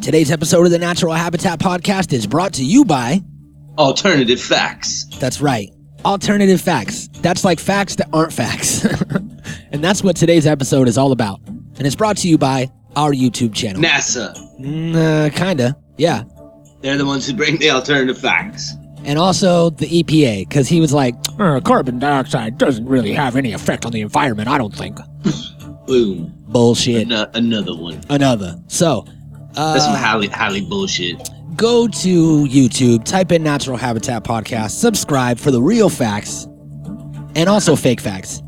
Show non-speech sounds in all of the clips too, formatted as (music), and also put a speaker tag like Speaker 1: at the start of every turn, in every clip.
Speaker 1: Today's episode of the Natural Habitat Podcast is brought to you by.
Speaker 2: Alternative facts.
Speaker 1: That's right. Alternative facts. That's like facts that aren't facts. (laughs) and that's what today's episode is all about. And it's brought to you by our YouTube channel.
Speaker 2: NASA.
Speaker 1: Mm, uh, kinda. Yeah.
Speaker 2: They're the ones who bring the alternative facts.
Speaker 1: And also the E EPA, because he was like,
Speaker 3: Uh, carbon dioxide doesn't really have any effect on the environment, I don't think.
Speaker 2: Boom.
Speaker 1: bullshit.
Speaker 2: Ano- another one.
Speaker 1: Another. So, uh,
Speaker 2: That's some Halley, Halley bullshit.
Speaker 1: go to YouTube, type in Natural Habitat Podcast, subscribe for the real facts and also fake facts.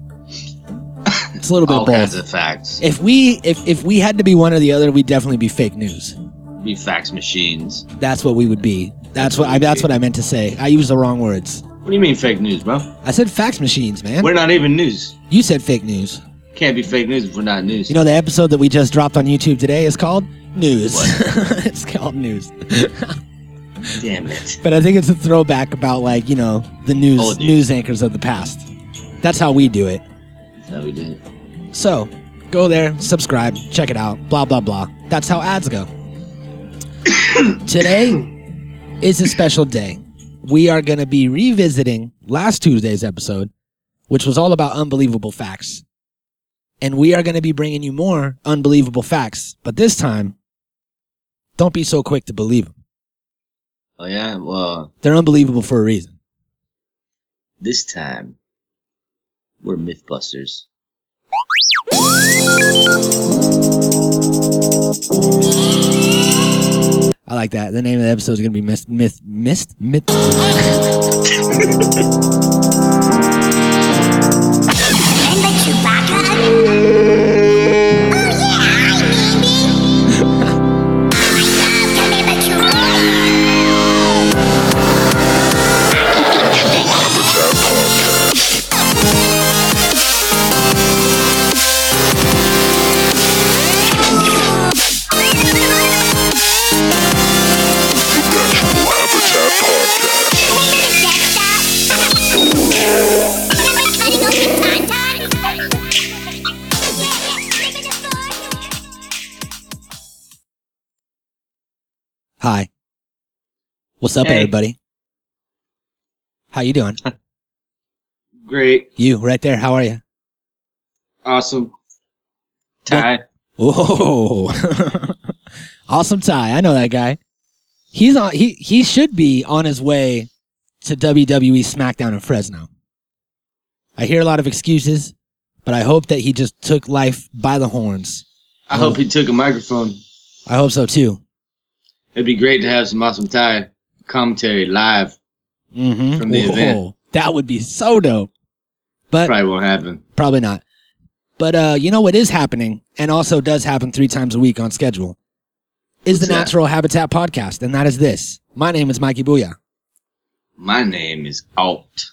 Speaker 1: It's a little bit
Speaker 2: All
Speaker 1: of both.
Speaker 2: kinds of facts.
Speaker 1: If we if if we had to be one or the other, we'd definitely be fake news.
Speaker 2: Be fax machines.
Speaker 1: That's what we would be. That's what I that's what I meant to say. I used the wrong words.
Speaker 2: What do you mean fake news, bro?
Speaker 1: I said fax machines, man.
Speaker 2: We're not even news.
Speaker 1: You said fake news.
Speaker 2: Can't be fake news if we're not news.
Speaker 1: You know the episode that we just dropped on YouTube today is called News. (laughs) it's called News.
Speaker 2: Damn it.
Speaker 1: But I think it's a throwback about like, you know, the news
Speaker 2: Old news.
Speaker 1: news anchors of the past. That's how we do it.
Speaker 2: That's how we did it.
Speaker 1: So, go there, subscribe, check it out, blah, blah, blah. That's how ads go. Today is a special day. We are going to be revisiting last Tuesday's episode, which was all about unbelievable facts. And we are going to be bringing you more unbelievable facts, but this time, don't be so quick to believe them.
Speaker 2: Oh, yeah? Well,
Speaker 1: They're unbelievable for a reason.
Speaker 2: this time, we're Mythbusters.
Speaker 1: I like that. The name of the episode is going to be Myth, Myth, Myth, Myth.
Speaker 4: Remember Chewbacca? Oh yeah, hi baby. I love to remember Chewbacca.
Speaker 1: Hi. What's up,
Speaker 2: Hey.
Speaker 1: everybody? How you doing?
Speaker 2: Great.
Speaker 1: You right there? How are you?
Speaker 2: Awesome. Ty. (laughs)
Speaker 1: Whoa! awesome Ty. I know that guy. He's on. He he should be on his way to WWE SmackDown in Fresno. I hear a lot of excuses, but I hope that he just took life by the horns.
Speaker 2: I hope he took a microphone.
Speaker 1: I hope so too.
Speaker 2: It'd be great to have some awesome Ty commentary live.
Speaker 1: Mm-hmm.
Speaker 2: From the event.
Speaker 1: That would be so dope. But
Speaker 2: Probably won't happen.
Speaker 1: Probably not. But uh, you know what is happening, and also does happen three times a week on schedule, is
Speaker 2: What's
Speaker 1: the
Speaker 2: that?
Speaker 1: Natural Habitat Podcast, and that is this. My name is Mikey Booyah.
Speaker 2: My name is Alt.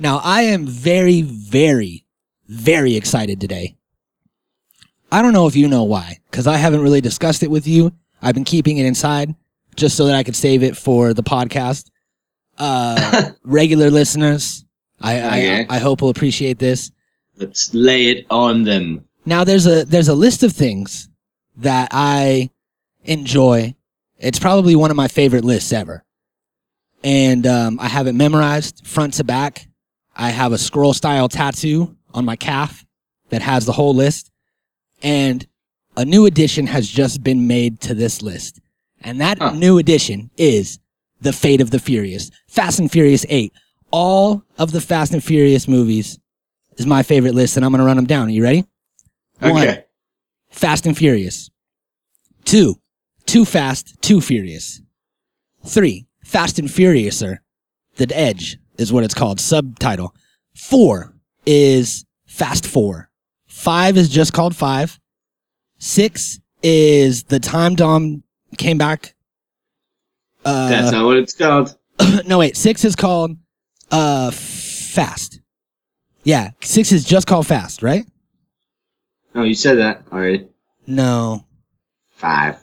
Speaker 1: Now, I am very, very, very excited today. I don't know if you know why, because I haven't really discussed it with you. I've been keeping it inside just so that I could save it for the podcast.
Speaker 2: (laughs)
Speaker 1: Uh, regular listeners, I,
Speaker 2: Okay.
Speaker 1: I, I hope will appreciate this.
Speaker 2: Let's lay it on them.
Speaker 1: Now there's a there's a list of things that I enjoy. It's probably one of my favorite lists ever, and um, I have it memorized front to back. I have a scroll style tattoo on my calf that has the whole list, and a new addition has just been made to this list, and that
Speaker 2: Huh.
Speaker 1: new addition is the Fate of the Furious, Fast and Furious Eight. All of the Fast and Furious movies is my favorite list, and I'm gonna run them down. Are you ready? One.
Speaker 2: Okay.
Speaker 1: Fast and Furious. Two, Too Fast, Too Furious. Three, Fast and Furiouser. The Edge is what it's called, subtitle. Four is Fast Four. Five is just called Five. Six is The Time Dom Came Back. Uh,
Speaker 2: That's not what it's called.
Speaker 1: (laughs) no wait, six is called uh Fast. Yeah, six is just called Fast, right?
Speaker 2: No, Oh, you said that already.
Speaker 1: No,
Speaker 2: Five.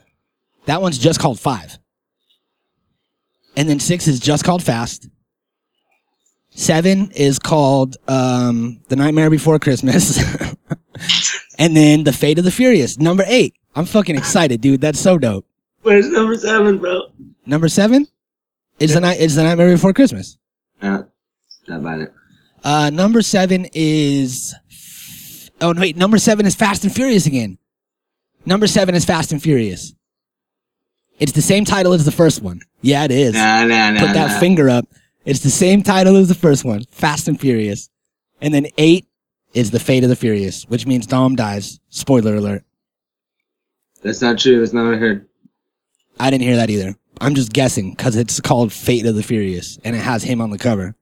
Speaker 1: That one's just called five. And then six is just called fast. Seven is called um, The Nightmare Before Christmas. (laughs) and then The Fate of the Furious, number eight. I'm fucking excited, dude. That's so dope.
Speaker 2: Where's number seven, bro?
Speaker 1: Number seven is the night is the Nightmare Before Christmas.
Speaker 2: No, not buying it.
Speaker 1: Uh, number seven is. Oh no, wait. Number seven is Fast and Furious again. Number seven is Fast and Furious. It's the same title as the first one. Yeah, it is.
Speaker 2: Nah, nah, nah.
Speaker 1: Put that
Speaker 2: nah.
Speaker 1: finger up. It's the same title as the first one, Fast and Furious. And then eight is The Fate of the Furious, which means Dom dies. Spoiler alert.
Speaker 2: That's not true. That's not what I heard.
Speaker 1: I didn't hear that either. I'm just guessing because it's called Fate of the Furious and it has him on the cover.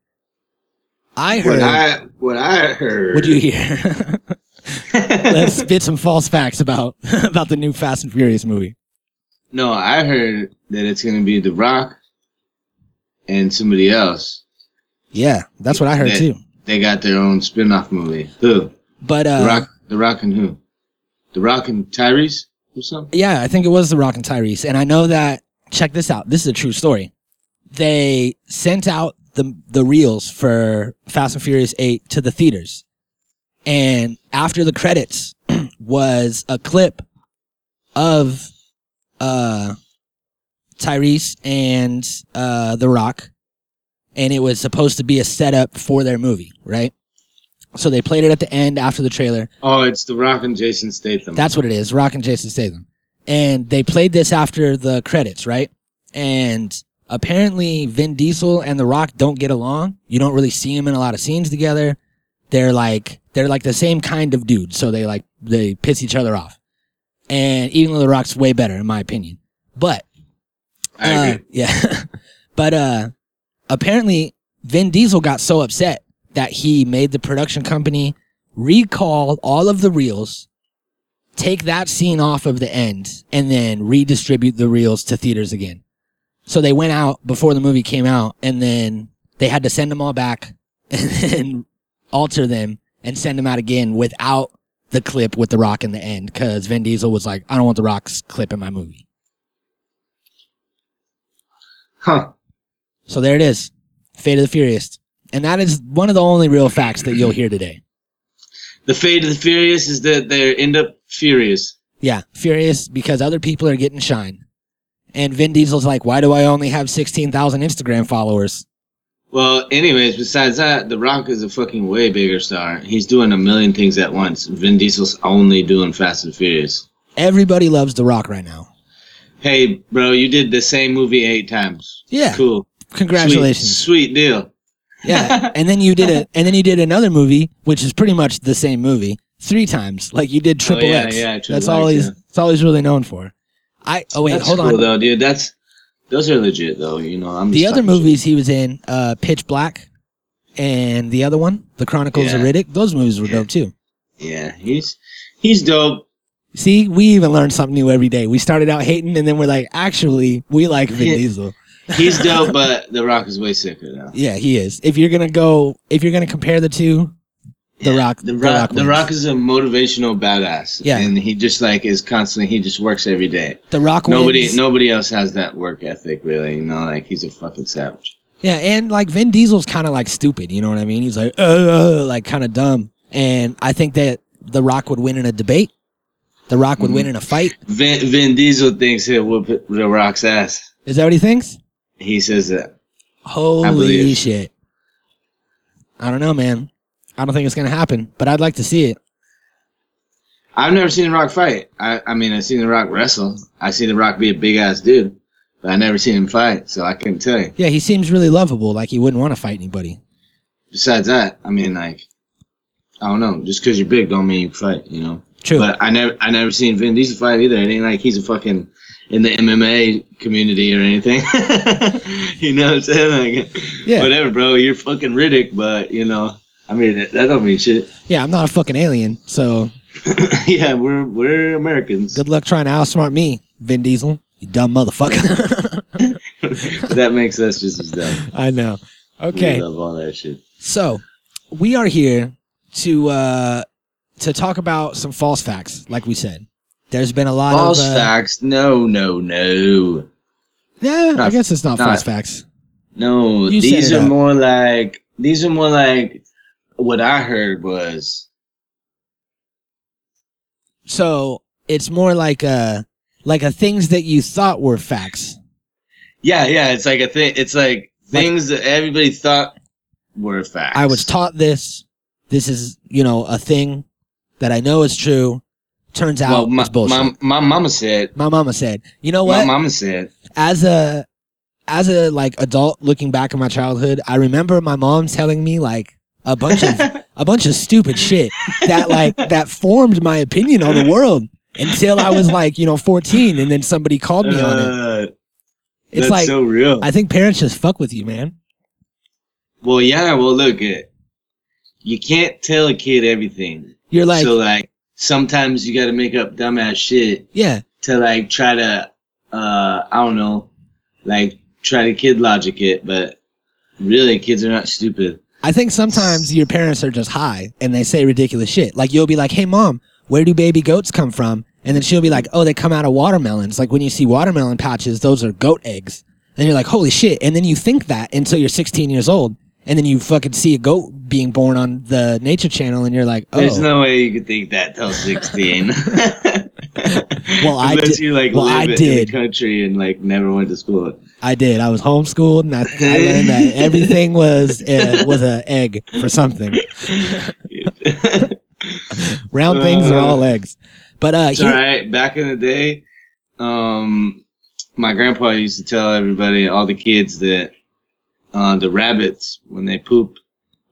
Speaker 1: I
Speaker 2: What
Speaker 1: heard.
Speaker 2: I what I heard.
Speaker 1: What'd you hear? (laughs) Let's spit some false facts about (laughs) about the new Fast and Furious movie.
Speaker 2: (laughs) no, I heard that it's gonna be The Rock and somebody else.
Speaker 1: Yeah, that's what I heard
Speaker 2: That-
Speaker 1: too.
Speaker 2: They got their own spin-off movie. Who?
Speaker 1: But
Speaker 2: The
Speaker 1: uh,
Speaker 2: Rock. The Rock and who? The Rock and Tyrese or something.
Speaker 1: yeah, I think it was The Rock and Tyrese, and I know that. Check this out. This is a true story. They sent out the the reels for Fast and Furious Eight to the theaters, and after the credits (clears throat) was a clip of uh Tyrese and uh The Rock, and it was supposed to be a setup for their movie, right? So they played it at the end after the trailer,
Speaker 2: Oh, it's The Rock and Jason Statham.
Speaker 1: that's what it is. Rock and Jason Statham. And they played this after the credits, right? And apparently Vin Diesel and The Rock don't get along. You don't really see them in a lot of scenes together. They're like, they're like the same kind of dude. So they like, they piss each other off. And even though The Rock's way better, in my opinion. But
Speaker 2: I
Speaker 1: uh,
Speaker 2: agree.
Speaker 1: yeah. (laughs) but uh apparently Vin Diesel got so upset that he made the production company recall all of the reels, take that scene off of the end, and then redistribute the reels to theaters again. So they went out before the movie came out and then they had to send them all back (laughs) and then alter them and send them out again without the clip with the rock in the end because Vin Diesel was like, I don't want the rock's clip in my movie.
Speaker 2: Huh.
Speaker 1: So there it is. Fate of the Furious. And that is one of the only real facts that you'll hear today.
Speaker 2: The fate of the furious is that they end up furious.
Speaker 1: Yeah, furious because other people are getting shine. And Vin Diesel's like, why do I only have 16,000 Instagram followers?
Speaker 2: Well, anyways, besides that, The Rock is a fucking way bigger star. He's doing a million things at once. Vin Diesel's only doing Fast and Furious.
Speaker 1: Everybody loves The Rock right now.
Speaker 2: Hey, bro, you did the same movie eight times.
Speaker 1: Yeah.
Speaker 2: Cool.
Speaker 1: Congratulations.
Speaker 2: Sweet, sweet deal. (laughs)
Speaker 1: Yeah. And then you did it. And then you did another movie, which is pretty much the same movie three times. Like you did Triple
Speaker 2: Oh, yeah,
Speaker 1: X.
Speaker 2: yeah,
Speaker 1: that's
Speaker 2: Triple
Speaker 1: all
Speaker 2: X,
Speaker 1: he's,
Speaker 2: yeah.
Speaker 1: that's all he's really known for. I, oh wait,
Speaker 2: That's
Speaker 1: hold
Speaker 2: cool
Speaker 1: on.
Speaker 2: though, dude. That's those are legit though. You know, I'm
Speaker 1: The
Speaker 2: just
Speaker 1: other
Speaker 2: talking shit.
Speaker 1: movies he was in, uh, Pitch Black, and the other one, The Chronicles of
Speaker 2: Yeah.
Speaker 1: Riddick. Those movies were dope too.
Speaker 2: Yeah, he's he's dope.
Speaker 1: See, we even learn something new every day. We started out hating, and then we're like, actually, we like Vin
Speaker 2: Yeah.
Speaker 1: Diesel.
Speaker 2: He's dope, (laughs) but The Rock is way sicker though.
Speaker 1: Yeah, he is. If you're gonna go, if you're gonna compare the two, The
Speaker 2: Yeah,
Speaker 1: Rock,
Speaker 2: The Rock, the
Speaker 1: wins.
Speaker 2: Rock is a motivational badass.
Speaker 1: Yeah.
Speaker 2: and he just like is constantly. He just works every day.
Speaker 1: The Rock wins.
Speaker 2: Nobody, nobody else has that work ethic, really. You know, like he's a fucking savage.
Speaker 1: Yeah, and like Vin Diesel's kind of like stupid. You know what I mean? He's like, uh, uh, like kind of dumb. And I think that The Rock would win in a debate. The Rock
Speaker 2: Mm-hmm.
Speaker 1: would win in a fight.
Speaker 2: Vin, Vin Diesel thinks he'll whoop The Rock's ass.
Speaker 1: Is that what he thinks?
Speaker 2: He says that.
Speaker 1: Holy
Speaker 2: believe.
Speaker 1: shit. I don't know, man. I don't think it's going to happen, but I'd like to see it.
Speaker 2: I've never seen The Rock fight. I, I mean, I've seen The Rock wrestle. I've seen The Rock be a big ass dude, but I never seen him fight, so I couldn't tell you.
Speaker 1: Yeah, he seems really lovable, like he wouldn't want to fight anybody.
Speaker 2: Besides that, I mean, like, I don't know. Just because you're big, don't mean you can fight. You know.
Speaker 1: True.
Speaker 2: But I never, I never seen Vin Diesel fight either. It ain't like he's a fucking in the MMA community or anything. (laughs) you know what I'm saying? Like,
Speaker 1: Yeah.
Speaker 2: Whatever, bro. You're fucking Riddick, but you know, I mean, that, that don't mean shit. (laughs)
Speaker 1: yeah, I'm not a fucking alien, so
Speaker 2: yeah, we're we're Americans.
Speaker 1: good luck trying to outsmart me, Vin Diesel. You dumb motherfucker. (laughs)
Speaker 2: (laughs) that makes us just as dumb.
Speaker 1: I know.
Speaker 2: We
Speaker 1: Okay.
Speaker 2: love all that shit.
Speaker 1: So, we are here to uh to talk about some false facts, like we said. There's been a lot
Speaker 2: False
Speaker 1: of uh,
Speaker 2: facts? No, no, no,
Speaker 1: Yeah, I
Speaker 2: Not-
Speaker 1: guess it's not
Speaker 2: not-
Speaker 1: false facts.
Speaker 2: no.
Speaker 1: You set
Speaker 2: these
Speaker 1: it
Speaker 2: are
Speaker 1: up.
Speaker 2: more like these are more like what I heard was
Speaker 1: So, it's more like uh like a things that you thought were facts.
Speaker 2: Yeah, yeah. It's like a thing. It's like things that everybody thought were facts.
Speaker 1: I was taught this. This is, you know, a thing that I know is true. Turns out
Speaker 2: Well, my,
Speaker 1: it's bullshit.
Speaker 2: my my mama said.
Speaker 1: my mama said, "You know
Speaker 2: My
Speaker 1: what?
Speaker 2: mama said.
Speaker 1: as a as a like adult looking back at my childhood, I remember my mom telling me like a bunch
Speaker 2: (laughs)
Speaker 1: of a bunch of stupid shit that like that formed my opinion on the world until I was like, you know, 14 and then somebody called me on it.
Speaker 2: Uh,
Speaker 1: It's
Speaker 2: that's
Speaker 1: like
Speaker 2: so real.
Speaker 1: I think parents just fuck with you, man.
Speaker 2: well, yeah. Well, look, it, you can't tell a kid everything.
Speaker 1: You're like,
Speaker 2: so like sometimes you got to make up dumbass shit
Speaker 1: yeah,
Speaker 2: to like try to uh I don't know, like try to kid logic it, but really kids are not stupid.
Speaker 1: I think sometimes your parents are just high and they say ridiculous shit. Like you'll be like, "Hey mom, where do baby goats come from?" And then she'll be like, "Oh, they come out of watermelons. Like when you see watermelon pouches, those are goat eggs." And you're like, "Holy shit!" And then you think that until you're 16 years old, and then you fucking see a goat being born on the Nature Channel, and you're like, "Oh,
Speaker 2: There's no way you could think that till sixteen.
Speaker 1: (laughs) Well, I
Speaker 2: Unless
Speaker 1: did-
Speaker 2: you like
Speaker 1: well,
Speaker 2: live
Speaker 1: I
Speaker 2: in
Speaker 1: did.
Speaker 2: the country and like never went to
Speaker 1: (laughs)
Speaker 2: school.
Speaker 1: I did. I was homeschooled, and I, I learned
Speaker 2: (laughs)
Speaker 1: that everything was uh, was an egg for something. Round things are all eggs." But uh,
Speaker 2: Uh, It's
Speaker 1: here-
Speaker 2: all right. Back in the day, um, my grandpa used to tell everybody, all the kids, that uh, the rabbits, when they poop,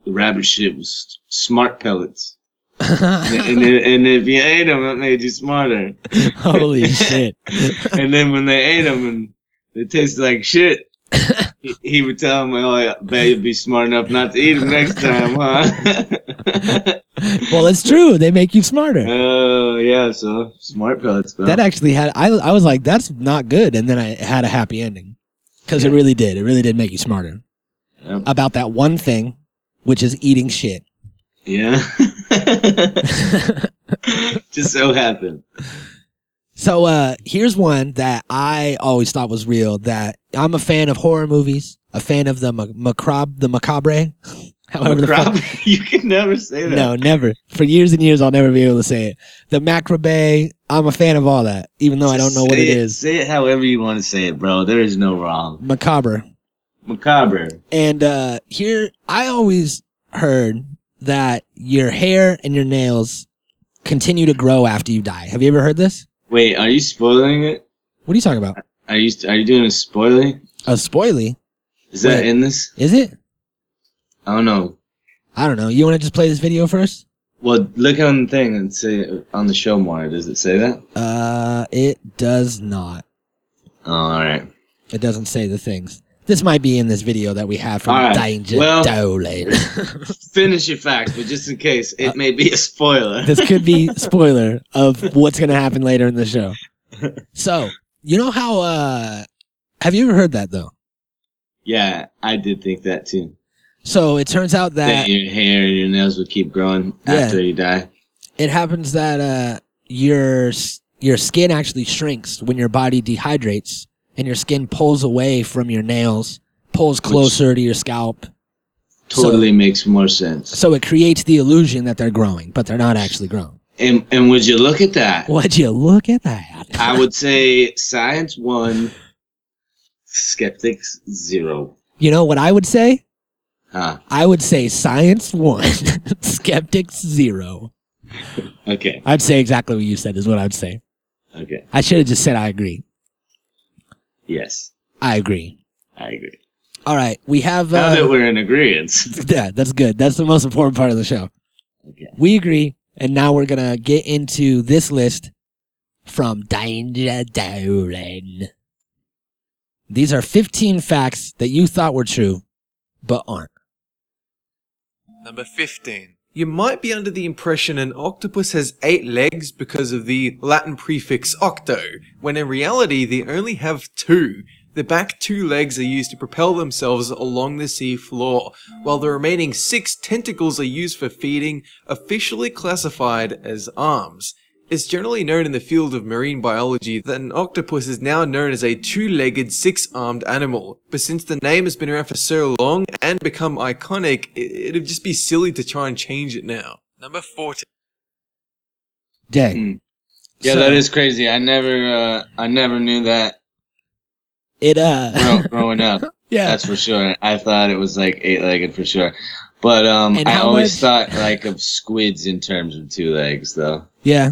Speaker 2: the rabbit shit was smart pellets. and, and, and if you ate them, it made you smarter.
Speaker 1: (laughs)
Speaker 2: (laughs)
Speaker 1: holy shit.
Speaker 2: And then when they ate them and they tasted like shit, he, he would tell them, "Oh, I bet you'd be smart enough not to eat them next time, huh?" (laughs)
Speaker 1: Well, it's true. They make you smarter.
Speaker 2: Oh yeah, so smart pellets. Bro.
Speaker 1: that actually had I, I was like that's not good and then i it had a happy ending because it really did it really did make you smarter
Speaker 2: Yep.
Speaker 1: about that one thing which is eating shit
Speaker 2: Yeah. (laughs) Just so happened.
Speaker 1: so uh here's one that i always thought was real that i'm a fan of horror movies a fan of the ma- macabre the macabre (laughs) however the fuck
Speaker 2: Crop, (laughs) you can never say
Speaker 1: (laughs)
Speaker 2: that.
Speaker 1: no never for years and years i'll never be able to say it the macabre i'm a fan of all that even though i don't know what
Speaker 2: Say
Speaker 1: it is
Speaker 2: Say it however you want to say it, bro. There is no wrong.
Speaker 1: macabre
Speaker 2: Macabre.
Speaker 1: And uh here I always heard that your hair and your nails continue to grow after you die. Have you ever heard this?
Speaker 2: Wait, are you spoiling it?
Speaker 1: What are you talking about?
Speaker 2: Are you are you doing a spoiling?
Speaker 1: A spoily?
Speaker 2: Is that
Speaker 1: Wait.
Speaker 2: in this?
Speaker 1: Is it?
Speaker 2: I don't know.
Speaker 1: I don't know. You want to just play this video first?
Speaker 2: Well, look on the thing and say it on the show more. Does it say that?
Speaker 1: Uh it does not.
Speaker 2: Oh, all right.
Speaker 1: It doesn't say the things. This might be in this video that we have from
Speaker 2: All right.
Speaker 1: Danger
Speaker 2: Well-
Speaker 1: Dolan.
Speaker 2: Finish your facts, but just in case, it may be a spoiler.
Speaker 1: (laughs) this could be spoiler of what's going to happen later in the show. So, you know how uh have you ever heard that though?
Speaker 2: yeah, I did think that too.
Speaker 1: So, it turns out
Speaker 2: That,
Speaker 1: that
Speaker 2: your hair and your nails will keep growing
Speaker 1: Yeah.
Speaker 2: after you die.
Speaker 1: it happens that uh, your s- your skin actually shrinks when your body dehydrates, and your skin pulls away from your nails, pulls closer to your scalp,
Speaker 2: Totally makes more sense.
Speaker 1: so it creates the illusion that they're growing, but they're not actually growing.
Speaker 2: And and would you look at that?
Speaker 1: Would you look at that?
Speaker 2: I would say science one, skeptics zero. Ah,
Speaker 1: you know what I would say?
Speaker 2: Huh.
Speaker 1: I would say science one, (laughs) skeptics zero.
Speaker 2: Okay.
Speaker 1: I'd say exactly what you said is what I'd say.
Speaker 2: Okay.
Speaker 1: I should have just said I agree.
Speaker 2: Yes,
Speaker 1: I agree.
Speaker 2: I agree.
Speaker 1: All right, we have.
Speaker 2: Now
Speaker 1: uh,
Speaker 2: that we're in agreement,
Speaker 1: (laughs) Yeah, that's good. That's the most important part of the show.
Speaker 2: Okay.
Speaker 1: We agree, and now we're gonna get into this list from Danger Dolan. These are 15 facts that you thought were true, but aren't.
Speaker 5: Number 15. You might be under the impression an octopus has eight legs because of the Latin prefix octo, when in reality they only have two. The back two legs are used to propel themselves along the sea floor, while the remaining six tentacles are used for feeding, officially classified as arms. It's generally known in the field of marine biology that an octopus is now known as a two-legged, six-armed animal. But since the name has been around for so long and become iconic, i- it'd just be silly to try and change it now. Number 40.
Speaker 1: Day.
Speaker 2: Mm. Yeah,
Speaker 1: So-
Speaker 2: that is crazy. I never, uh, I never knew that
Speaker 1: It uh (laughs)
Speaker 2: grow- growing up.
Speaker 1: yeah.
Speaker 2: That's for sure. I thought it was like eight legged for sure. But um,
Speaker 1: And
Speaker 2: I
Speaker 1: how
Speaker 2: always
Speaker 1: much-
Speaker 2: thought like of squids in terms of two
Speaker 1: (laughs)
Speaker 2: legs, though.
Speaker 1: Yeah.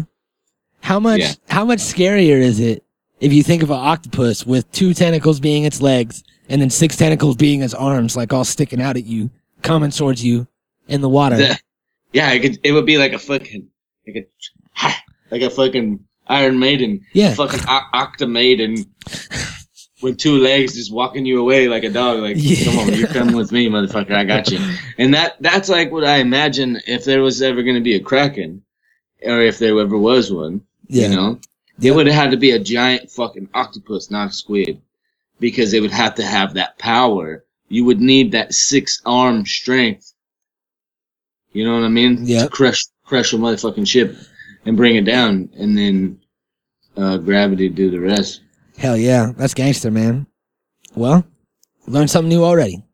Speaker 1: How much
Speaker 2: Yeah.
Speaker 1: how much scarier is it if you think of an octopus with two tentacles being its legs and then six tentacles being its arms, like all sticking out at you, coming towards you in the water?
Speaker 2: The- (laughs) yeah, it could. It would be like a fucking like a (laughs) like a fucking Iron Maiden,
Speaker 1: yeah.
Speaker 2: fucking o-
Speaker 1: (laughs)
Speaker 2: Octomaiden with two legs just walking you away like a dog. Like,
Speaker 1: Yeah.
Speaker 2: come on, you come with me, motherfucker. I got
Speaker 1: (laughs)
Speaker 2: you. And that that's like what I imagine if there was ever going to be a kraken, or if there ever was one.
Speaker 1: yeah.
Speaker 2: You know, it would have had to be a giant fucking octopus, not a squid, because they would have to have that power. You would need that six arm strength. You know what I mean?
Speaker 1: Yeah.
Speaker 2: To crush crush a motherfucking ship and bring it down, and then uh, gravity do the rest.
Speaker 1: Hell yeah. That's gangster, man. Well, learned something new already.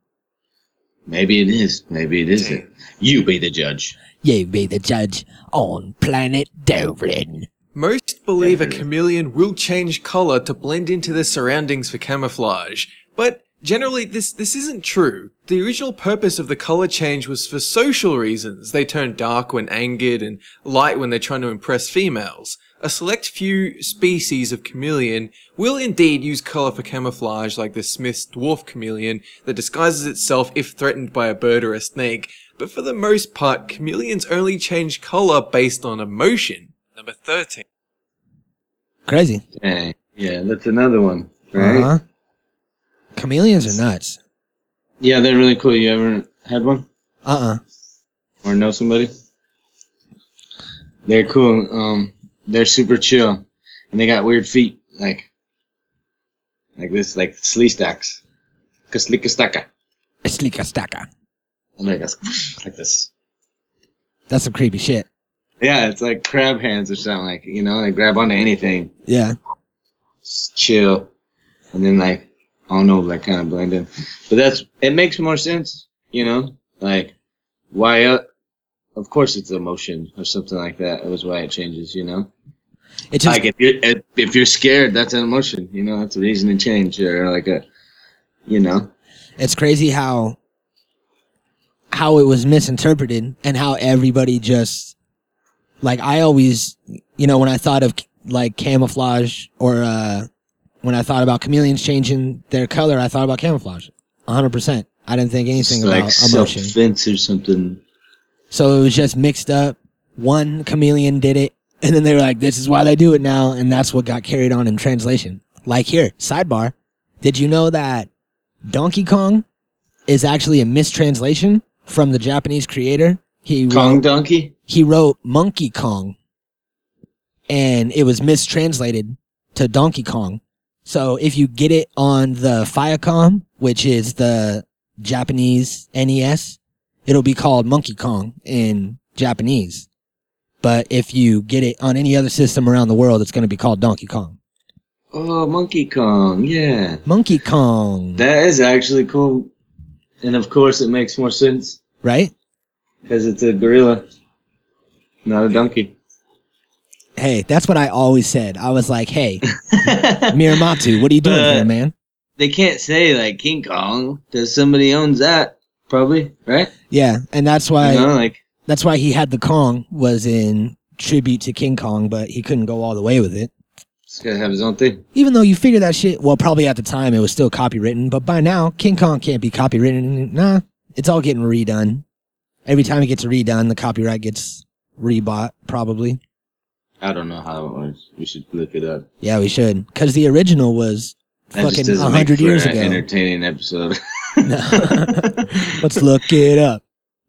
Speaker 2: Maybe it is. Maybe it isn't. You be the judge.
Speaker 1: You be the judge on planet Dovryn.
Speaker 5: Most believe a chameleon will change color to blend into their surroundings for camouflage, but generally this, this isn't true. The original purpose of the color change was for social reasons. They turn dark when angered and light when they're trying to impress females. A select few species of chameleon will indeed use color for camouflage like the Smith's dwarf chameleon that disguises itself if threatened by a bird or a snake, but for the most part chameleons only change color based on emotion. Number 13.
Speaker 1: Crazy.
Speaker 2: Hey, yeah, that's another one, right?
Speaker 1: Uh-huh. Chameleons are nuts.
Speaker 2: Yeah, they're really cool. You ever had one?
Speaker 1: Uh-uh.
Speaker 2: or know somebody. They're cool. Um, they're super chill, and they got weird feet, like like this, like slee stacks, kaslikastaka,
Speaker 1: Slika staka.
Speaker 2: and they go Oh (laughs) like this.
Speaker 1: That's some creepy shit.
Speaker 2: Yeah, it's like crab hands or something. Like you know, they grab onto anything,
Speaker 1: Yeah.
Speaker 2: just chill, and then like I don't know, like kind of blend in. But that's it makes more sense, you know, like why. Uh, of course, it's emotion or something like that. It was why it changes, you know.
Speaker 1: It just
Speaker 2: like if you're if- if you're scared, that's an emotion. You know, that's a reason to change, or like a, you know,
Speaker 1: it's crazy how how it was misinterpreted and how everybody just like I always you know when I thought of like camouflage or uh when I thought about chameleons changing their color I thought about camouflage 100% I didn't think anything
Speaker 2: it's
Speaker 1: about
Speaker 2: like self
Speaker 1: emotion
Speaker 2: defense or something.
Speaker 1: so it was just mixed up one chameleon did it and then they were like this is why they do it now and that's what got carried on in translation like here sidebar did you know that Donkey Kong is actually a mistranslation from the Japanese creator. He
Speaker 2: Kong
Speaker 1: wrote,
Speaker 2: donkey.
Speaker 1: he wrote Monkey Kong, and it was mistranslated to Donkey Kong. So if you get it on the Fiacom, which is the Japanese NES, it'll be called Monkey Kong in Japanese. But if you get it on any other system around the world, it's going to be called Donkey Kong.
Speaker 2: Oh, Monkey Kong. Yeah,
Speaker 1: Monkey Kong,
Speaker 2: that is actually cool. And of course, it makes more sense
Speaker 1: right?
Speaker 2: because it's a gorilla, not a donkey.
Speaker 1: Hey, that's what I always said. I was like, hey, Miramatu, what are you doing
Speaker 2: But-
Speaker 1: here, man?
Speaker 2: they can't say like King Kong because somebody owns that probably, right?
Speaker 1: Yeah, and that's why
Speaker 2: you know, like
Speaker 1: that's why he had the Kong was in tribute to King Kong, but he couldn't go all the way with it.
Speaker 2: he's gotta have his own thing.
Speaker 1: Even though you figure that shit, well, probably at the time it was still copywritten, but by now King Kong can't be copywritten. Nah, it's all getting redone. Every time it gets redone, the copyright gets rebought, probably.
Speaker 2: I don't know how it works. We should look it up.
Speaker 1: Yeah, we should, because the original was
Speaker 2: That just
Speaker 1: fucking
Speaker 2: doesn't
Speaker 1: a
Speaker 2: make
Speaker 1: hundred
Speaker 2: for
Speaker 1: years
Speaker 2: an
Speaker 1: ago.
Speaker 2: Entertaining episode.
Speaker 1: (laughs) Let's look it up.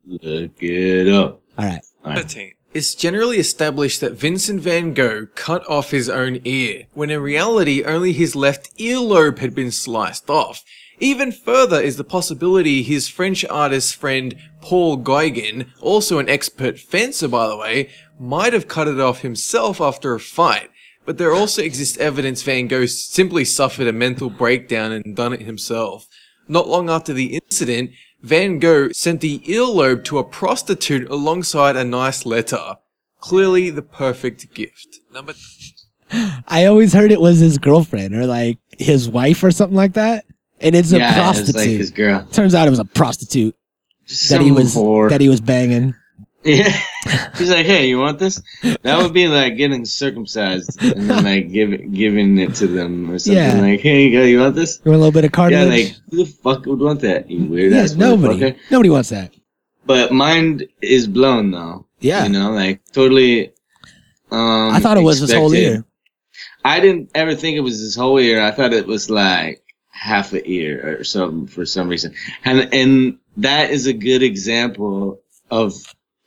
Speaker 2: Look it up.
Speaker 1: All right.
Speaker 2: All right.
Speaker 5: It's generally established that Vincent van Gogh cut off his own ear, when in reality only his left earlobe had been sliced off. Even further is the possibility his French artist friend Paul Gauguin, also an expert fencer by the way, might have cut it off himself after a fight. But there also exists evidence Van Gogh simply suffered a mental breakdown and done it himself. Not long after the incident, Van Gogh sent the earlobe to a prostitute alongside a nice letter. Clearly the perfect gift. Number
Speaker 1: I always heard it was his girlfriend or like his wife or something like that. And it's a
Speaker 2: yeah, it was
Speaker 1: prostitute.
Speaker 2: like his girl.
Speaker 1: Turns out it was a prostitute that he
Speaker 2: Some
Speaker 1: was
Speaker 2: whore.
Speaker 1: that he was banging.
Speaker 2: Yeah. (laughs) She's like, "Hey, you want this?" That would be like getting circumcised and then like give it, giving it to them or something.
Speaker 1: Yeah.
Speaker 2: Like, "Here you go. You want this?"
Speaker 1: You want a little bit of
Speaker 2: Yeah,
Speaker 1: cartilage?
Speaker 2: like who the fuck would want that? You weird
Speaker 1: Yeah,
Speaker 2: ass
Speaker 1: nobody.
Speaker 2: motherfucker.
Speaker 1: Nobody wants that.
Speaker 2: But mind is blown though.
Speaker 1: Yeah.
Speaker 2: you know, like totally. Um,
Speaker 1: I thought it was his whole
Speaker 2: expected.
Speaker 1: ear.
Speaker 2: I didn't ever think it was his whole ear. I thought it was like half a ear or something for some reason. And and that is a good example of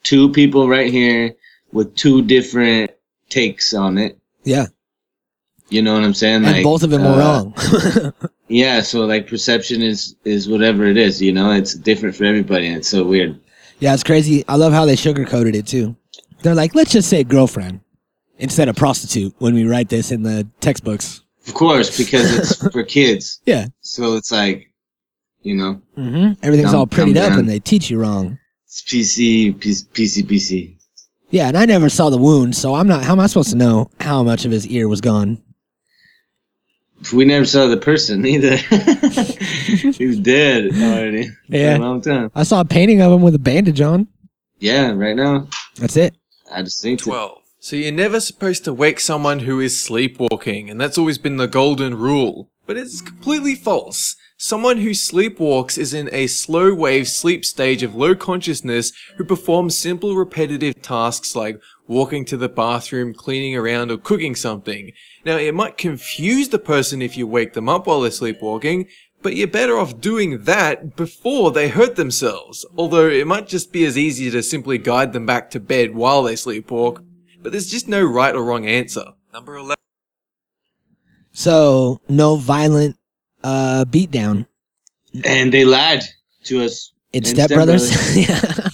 Speaker 2: two people right here with two different takes on it.
Speaker 1: Yeah.
Speaker 2: You know what I'm saying?
Speaker 1: And both of them were
Speaker 2: uh,
Speaker 1: wrong. (laughs)
Speaker 2: Yeah, so like perception is is whatever it is, you know, it's different for everybody and it's so weird.
Speaker 1: yeah, it's crazy. I love how they sugarcoated it too. They're like, let's just say girlfriend instead of prostitute when we write this in the textbooks.
Speaker 2: Of course,
Speaker 1: (laughs)
Speaker 2: because it's for kids.
Speaker 1: Yeah.
Speaker 2: So it's like you know,
Speaker 1: Mm-hmm. Everything's
Speaker 2: Dumb-
Speaker 1: all prettied
Speaker 2: dumb
Speaker 1: up
Speaker 2: down.
Speaker 1: and they teach you wrong.
Speaker 2: it's PC, PC, PC.
Speaker 1: Yeah, and I never saw the wound, so I'm not. How am I supposed to know how much of his ear was gone?
Speaker 2: We never saw the person
Speaker 1: (laughs)
Speaker 2: (laughs) either. He's dead already.
Speaker 1: Yeah.
Speaker 2: For a long time.
Speaker 1: I saw a painting of him with a bandage on.
Speaker 2: Yeah, right now.
Speaker 1: That's it.
Speaker 2: I just think
Speaker 5: 12. So you're never supposed to wake someone who is sleepwalking, and that's always been the golden rule. But it's completely false. Someone who sleepwalks is in a slow wave sleep stage of low consciousness who performs simple repetitive tasks like walking to the bathroom, cleaning around, or cooking something. Now it might confuse the person if you wake them up while they're sleepwalking, but you're better off doing that before they hurt themselves. Although it might just be as easy to simply guide them back to bed while they sleepwalk, but there's just no right or wrong answer. Number 11.
Speaker 1: So no violent uh, beatdown.
Speaker 2: And they lied to us.
Speaker 1: It's
Speaker 2: In
Speaker 1: Step,
Speaker 2: Step
Speaker 1: Brothers. (laughs) yeah.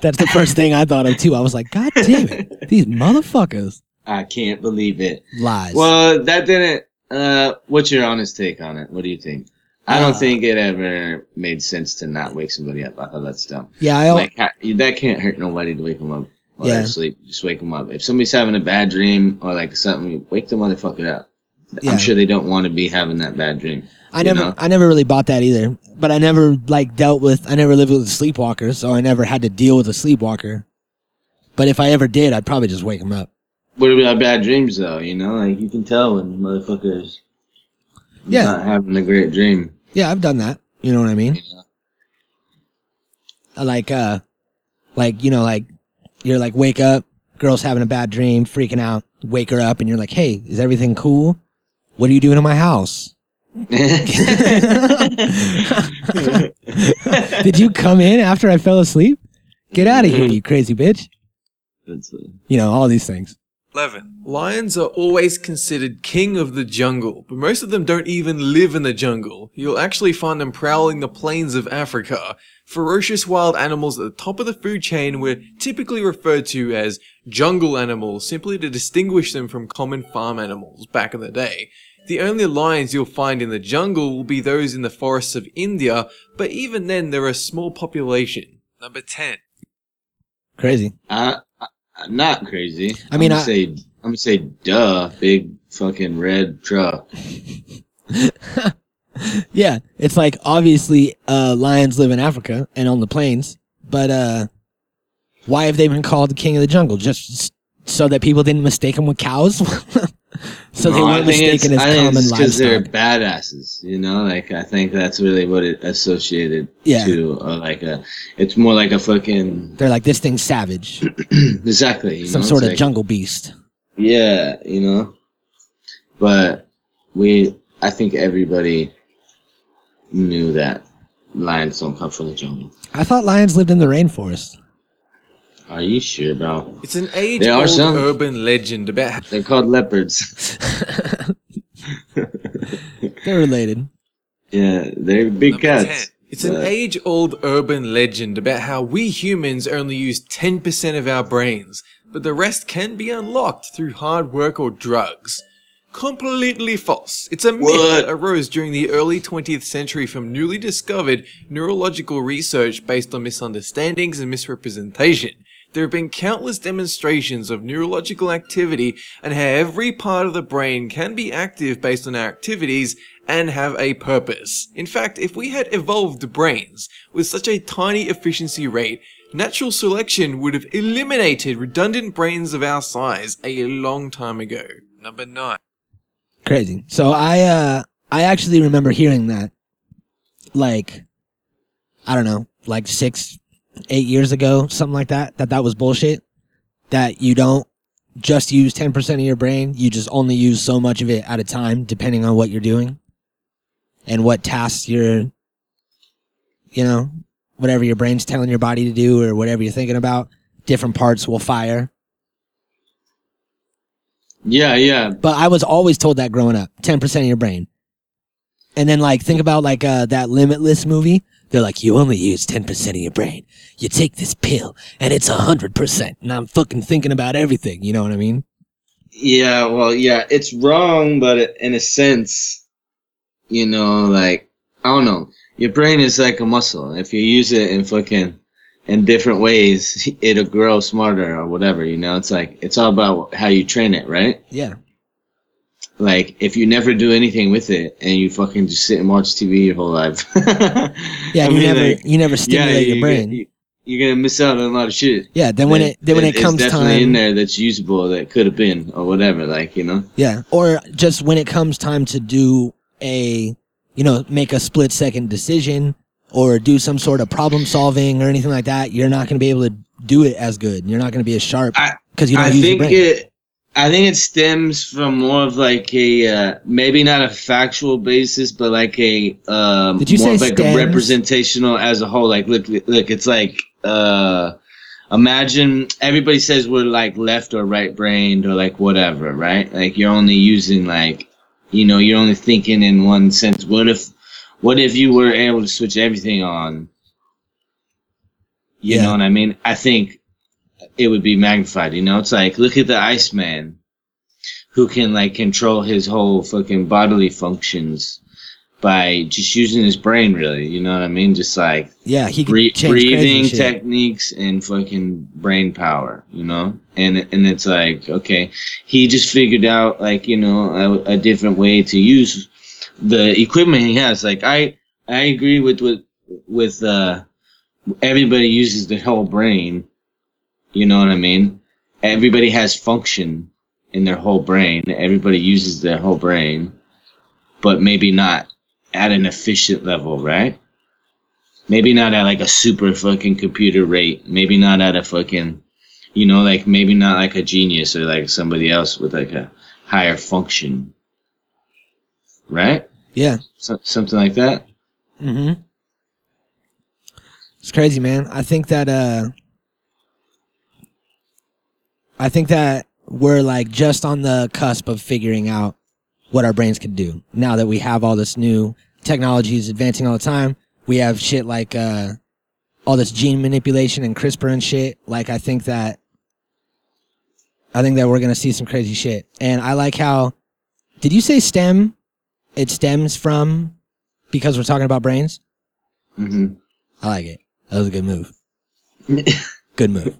Speaker 1: That's the first thing I thought of too. I was like, God damn it, these motherfuckers
Speaker 2: I can't believe it.
Speaker 1: lies.
Speaker 2: Well, that didn't. Uh, what's your honest take on it? What do you think? I don't
Speaker 1: Uh,
Speaker 2: think it ever made sense to not wake somebody up. I thought that's dumb.
Speaker 1: yeah, I,
Speaker 2: Like ha- that can't hurt nobody to wake them up while
Speaker 1: Yeah.
Speaker 2: they're asleep. Just wake them up. If somebody's having a bad dream or like something, wake the motherfucker up.
Speaker 1: Yeah.
Speaker 2: I'm sure they don't want to be having that bad dream.
Speaker 1: I
Speaker 2: you
Speaker 1: never,
Speaker 2: know?
Speaker 1: I never really bought that either. But I never like dealt with, I never lived with a sleepwalker, so I never had to deal with a sleepwalker. But if I ever did, I'd probably just wake him up.
Speaker 2: What about bad dreams though? You know, like you can tell when the motherfucker is
Speaker 1: Yeah.
Speaker 2: not having a
Speaker 1: (laughs)
Speaker 2: great dream. (laughs)
Speaker 1: Yeah, I've done that. You know what I mean? I Like, uh, like, you know, like, you're like, wake up, girl's having a bad dream, freaking out, wake her up, and you're like, hey, is everything cool? What are you doing in my house? (laughs) Did you come in after I fell asleep? Get out of here, you crazy bitch.
Speaker 2: That's, uh,
Speaker 1: You know, all these things.
Speaker 5: 11. Lions are always considered king of the jungle, but most of them don't even live in the jungle. You'll actually find them prowling the plains of Africa. Ferocious wild animals at the top of the food chain were typically referred to as jungle animals simply to distinguish them from common farm animals back in the day. The only lions you'll find in the jungle will be those in the forests of India, but even then they're a small population. Number 10.
Speaker 1: Crazy.
Speaker 2: I, I, I'm not crazy.
Speaker 1: I mean,
Speaker 2: I'm gonna
Speaker 1: I-
Speaker 2: say, I'm gonna say, duh, big fucking red truck.
Speaker 1: Yeah, it's like obviously uh, lions live in Africa and on the plains, but uh, why have they been called the king of the jungle? Just s- so that people didn't mistake him with cows, (laughs) so they
Speaker 2: No, I
Speaker 1: weren't
Speaker 2: think it's-
Speaker 1: mistaken as
Speaker 2: I think
Speaker 1: common
Speaker 2: it's they're
Speaker 1: livestock.
Speaker 2: badasses, you know. Like I think that's really what it associated
Speaker 1: Yeah.
Speaker 2: to, or like a. It's more like a fucking (clears throat)
Speaker 1: They're like this thing's savage,
Speaker 2: exactly you
Speaker 1: some
Speaker 2: know,
Speaker 1: sort
Speaker 2: it's
Speaker 1: of
Speaker 2: like-
Speaker 1: jungle beast.
Speaker 2: Yeah, you know, but we. I think everybody knew that lions don't come from the jungle.
Speaker 1: I thought lions lived in the rainforest.
Speaker 2: Are you sure, bro?
Speaker 5: It's an age
Speaker 2: There are
Speaker 5: old
Speaker 2: some.
Speaker 5: urban legend about
Speaker 2: They're called (laughs) leopards.
Speaker 1: They're related.
Speaker 2: Yeah, they're big
Speaker 5: Number
Speaker 2: cats.
Speaker 5: 10. It's an
Speaker 2: but-
Speaker 5: age old urban legend about how we humans only use 10% of our brains, but the rest can be unlocked through hard work or drugs. Completely false. It's a myth
Speaker 2: What?
Speaker 5: that arose during the early 20th century from newly discovered neurological research based on misunderstandings and misrepresentation. there have been countless demonstrations of neurological activity and how every part of the brain can be active based on our activities and have a purpose. In fact, if we had evolved brains with such a tiny efficiency rate, natural selection would have eliminated redundant brains of our size a long time ago. Number nine.
Speaker 1: Crazy. So I uh I actually remember hearing that like I don't know, like 6 8 years ago, something like that, that that was bullshit that you don't just use 10% of your brain, you just only use so much of it at a time depending on what you're doing and what tasks you're you know, whatever your brain's telling your body to do or whatever you're thinking about, different parts will fire.
Speaker 2: Yeah, yeah.
Speaker 1: But I was always told that growing up, ten percent of your brain. And then like think about like uh, that Limitless movie. They're like, you only use ten percent of your brain. You take this pill, and it's hundred percent. And I'm fucking thinking about everything. You know what I mean?
Speaker 2: Yeah, well, yeah, it's wrong, but it- in a sense, you know, like I don't know, your brain is like a muscle. If you use it in fucking in different ways, (laughs) it'll grow smarter or whatever. You know, it's like it's all about how you train it, right?
Speaker 1: Yeah.
Speaker 2: Like if you never do anything with it and you fucking just sit and watch TV your whole life, (laughs)
Speaker 1: Yeah.
Speaker 2: I
Speaker 1: you
Speaker 2: mean,
Speaker 1: never
Speaker 2: like,
Speaker 1: you never stimulate your
Speaker 2: you get-
Speaker 1: brain.
Speaker 2: you- you're gonna miss out on a lot of shit.
Speaker 1: yeah. Then when
Speaker 2: that-
Speaker 1: it then when it
Speaker 2: that is
Speaker 1: comes
Speaker 2: definitely
Speaker 1: time,
Speaker 2: in there that's usable that could have been or whatever, like you know.
Speaker 1: yeah. Or just when it comes time to do a you know make a split second decision or do some sort of problem solving or anything like that, you're not going to be able to do it as good. You're not going to be as sharp
Speaker 2: I-
Speaker 1: because you don't
Speaker 2: I
Speaker 1: use your
Speaker 2: think
Speaker 1: brain.
Speaker 2: it. I think it stems from more of like a uh, maybe not a factual basis, but like a um,
Speaker 1: Did you
Speaker 2: more
Speaker 1: say
Speaker 2: of like
Speaker 1: stems?
Speaker 2: a representational as a whole. Like look, look, it's like uh, imagine everybody says we're like left or right brained or like whatever, right? Like you're only using like you know you're only thinking in one sense. What if what if you were able to switch everything on? You
Speaker 1: Yeah.
Speaker 2: know what I mean? I think it would be magnified. You know, it's like look at the Iceman, who can like control his whole fucking bodily functions by just using his brain. Really, you know what I mean? Just like
Speaker 1: yeah, he can
Speaker 2: bre-
Speaker 1: change
Speaker 2: breathing
Speaker 1: crazy shit.
Speaker 2: techniques and fucking brain power. You know, and and it's like okay, he just figured out like you know a, a different way to use the equipment he has. Like I I agree with with with uh, everybody uses the whole brain. You know what I mean? Everybody has function in their whole brain. Everybody uses their whole brain, but maybe not at an efficient level, right? Maybe not at like a super fucking computer rate. Maybe not at a fucking, you know, like maybe not like a genius or like somebody else with like a higher function, right?
Speaker 1: Yeah.
Speaker 2: So, something like that.
Speaker 1: hmm It's crazy, man. I think that uh I think that we're like just on the cusp of figuring out what our brains can do. Now that we have all this new technology is advancing all the time, we have shit like uh all this gene manipulation and CRISPR and shit. Like I think that I think that we're gonna see some crazy shit. And I like how did you say STEM? It stems from because we're talking about brains?
Speaker 2: hmm
Speaker 1: I like it. That was a good move. good move.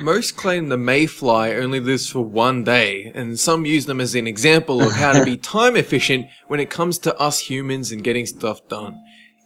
Speaker 5: Most claim the mayfly only lives for one day, and some use them as an example of how to be time efficient when it comes to us humans and getting stuff done.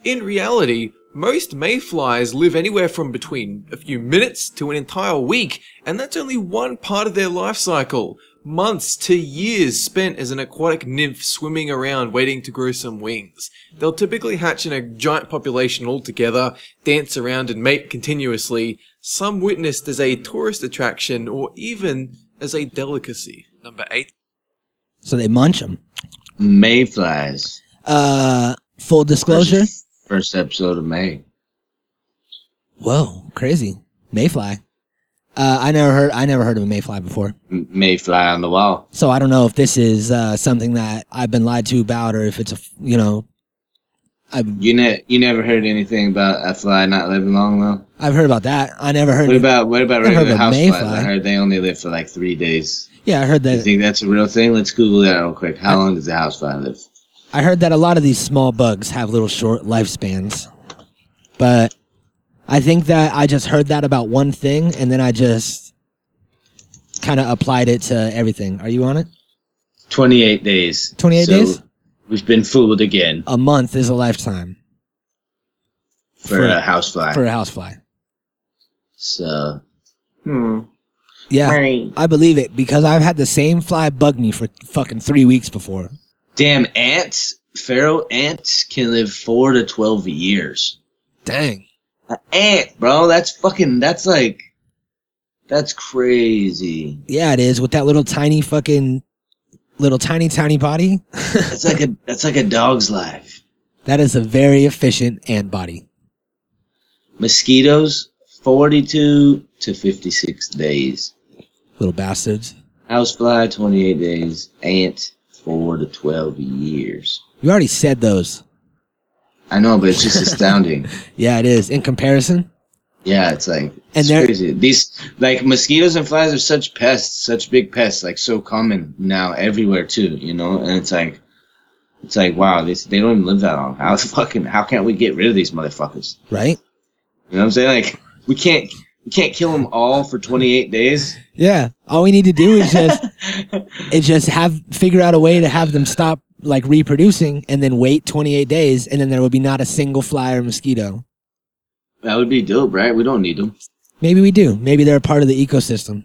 Speaker 5: In reality, most mayflies live anywhere from between a few minutes to an entire week, and that's only one part of their life cycle. Months to years spent as an aquatic nymph swimming around waiting to grow some wings. They'll typically hatch in a giant population altogether, dance around and mate continuously, some witnessed as a tourist attraction or even as a delicacy. Number eight.
Speaker 1: So they munch them.
Speaker 2: (laughs) Mayflies.
Speaker 1: Uh, full disclosure.
Speaker 2: First, first episode of May.
Speaker 1: Whoa, crazy mayfly. Uh, I never heard. I never heard of a mayfly before.
Speaker 2: M- Mayfly on the wall.
Speaker 1: So I don't know if this is uh, something that I've been lied to about, or if it's a f- you know, I've
Speaker 2: You ne- you never heard anything about a fly not living long though.
Speaker 1: I've heard about that. I never heard.
Speaker 2: What
Speaker 1: of-
Speaker 2: about what about
Speaker 1: I've heard
Speaker 2: regular
Speaker 1: of
Speaker 2: houseflies?
Speaker 1: mayfly.
Speaker 2: I heard they only live for like three days.
Speaker 1: yeah, I heard
Speaker 2: You
Speaker 1: that.
Speaker 2: think that's a real thing? Let's Google that real quick. How long does a housefly live?
Speaker 1: I heard that a lot of these small bugs have little short lifespans, but I think that I just heard that about one thing and then I just kind of applied it to everything. Are you on it?
Speaker 2: 28 days.
Speaker 1: 28
Speaker 2: So
Speaker 1: days?
Speaker 2: We've been fooled again
Speaker 1: A month is a lifetime
Speaker 2: for,
Speaker 1: For-
Speaker 2: a housefly.
Speaker 1: for a housefly.
Speaker 2: so Hmm.
Speaker 1: Yeah. I believe it because I've had the same fly bug me for fucking three weeks before.
Speaker 2: damn ants, feral ants can live four to 12 years.
Speaker 1: Dang.
Speaker 2: An ant, bro. That's fucking, that's like, that's crazy.
Speaker 1: Yeah, it is with that little tiny fucking little tiny tiny body.
Speaker 2: That's like a, that's like a dog's life.
Speaker 1: That is a very efficient ant body.
Speaker 2: Mosquitoes, 42 to 56 days.
Speaker 1: Little bastards.
Speaker 2: Housefly, 28 days. Ant, 4 to 12 years.
Speaker 1: You already said those.
Speaker 2: I know, but it's
Speaker 1: (laughs)
Speaker 2: just astounding.
Speaker 1: Yeah, it is. In comparison,
Speaker 2: Yeah, it's like
Speaker 1: And
Speaker 2: it's
Speaker 1: they're-
Speaker 2: crazy. These like mosquitoes and flies are such pests, such big pests, like so common now everywhere too. You know, and it's like, it's like wow, they they don't even live that long. How (laughs) fucking how can't we get rid of these motherfuckers?
Speaker 1: right?
Speaker 2: You know what I'm saying? Like we can't we can't kill them all for 28 days.
Speaker 1: Yeah. All we need to do is
Speaker 2: (laughs)
Speaker 1: just is just have figure out a way to have them stop like reproducing and then wait 28 days and then there will be not a single fly or mosquito.
Speaker 2: That would be dope, right? We don't need them.
Speaker 1: Maybe we do. Maybe they're a part of the ecosystem.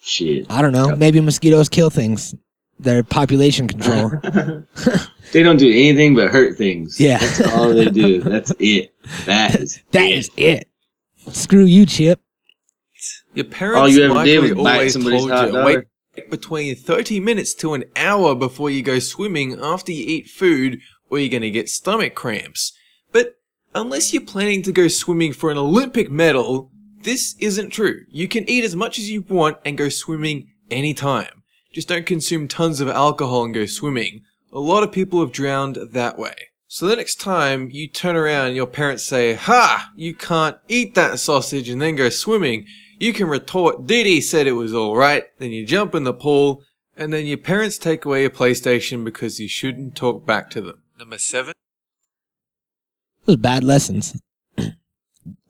Speaker 2: Shit,
Speaker 1: I don't know. Maybe mosquitoes kill things. They're population
Speaker 2: (laughs)
Speaker 1: control.
Speaker 2: they don't do anything but hurt things.
Speaker 1: Yeah.
Speaker 2: that's all they do. That's it.
Speaker 1: (laughs)
Speaker 2: That is
Speaker 1: that is it. Screw you, Chip.
Speaker 5: Your parents
Speaker 2: All you ever
Speaker 5: likely
Speaker 2: did was bite
Speaker 5: always
Speaker 2: somebody's
Speaker 5: told
Speaker 2: hot
Speaker 5: you
Speaker 2: dog.
Speaker 5: wait between 30 minutes to an hour before you go swimming after you eat food or you're going to get stomach cramps. But unless you're planning to go swimming for an Olympic medal, this isn't true. You can eat as much as you want and go swimming anytime. Just don't consume tons of alcohol and go swimming. A lot of people have drowned that way. So the next time you turn around and your parents say, Ha! You can't eat that sausage and then go swimming. You can retort, Diddy said it was alright. Then you jump in the pool and then your parents take away your PlayStation because you shouldn't talk back to them. Number seven.
Speaker 1: Those bad lessons.
Speaker 2: (clears throat)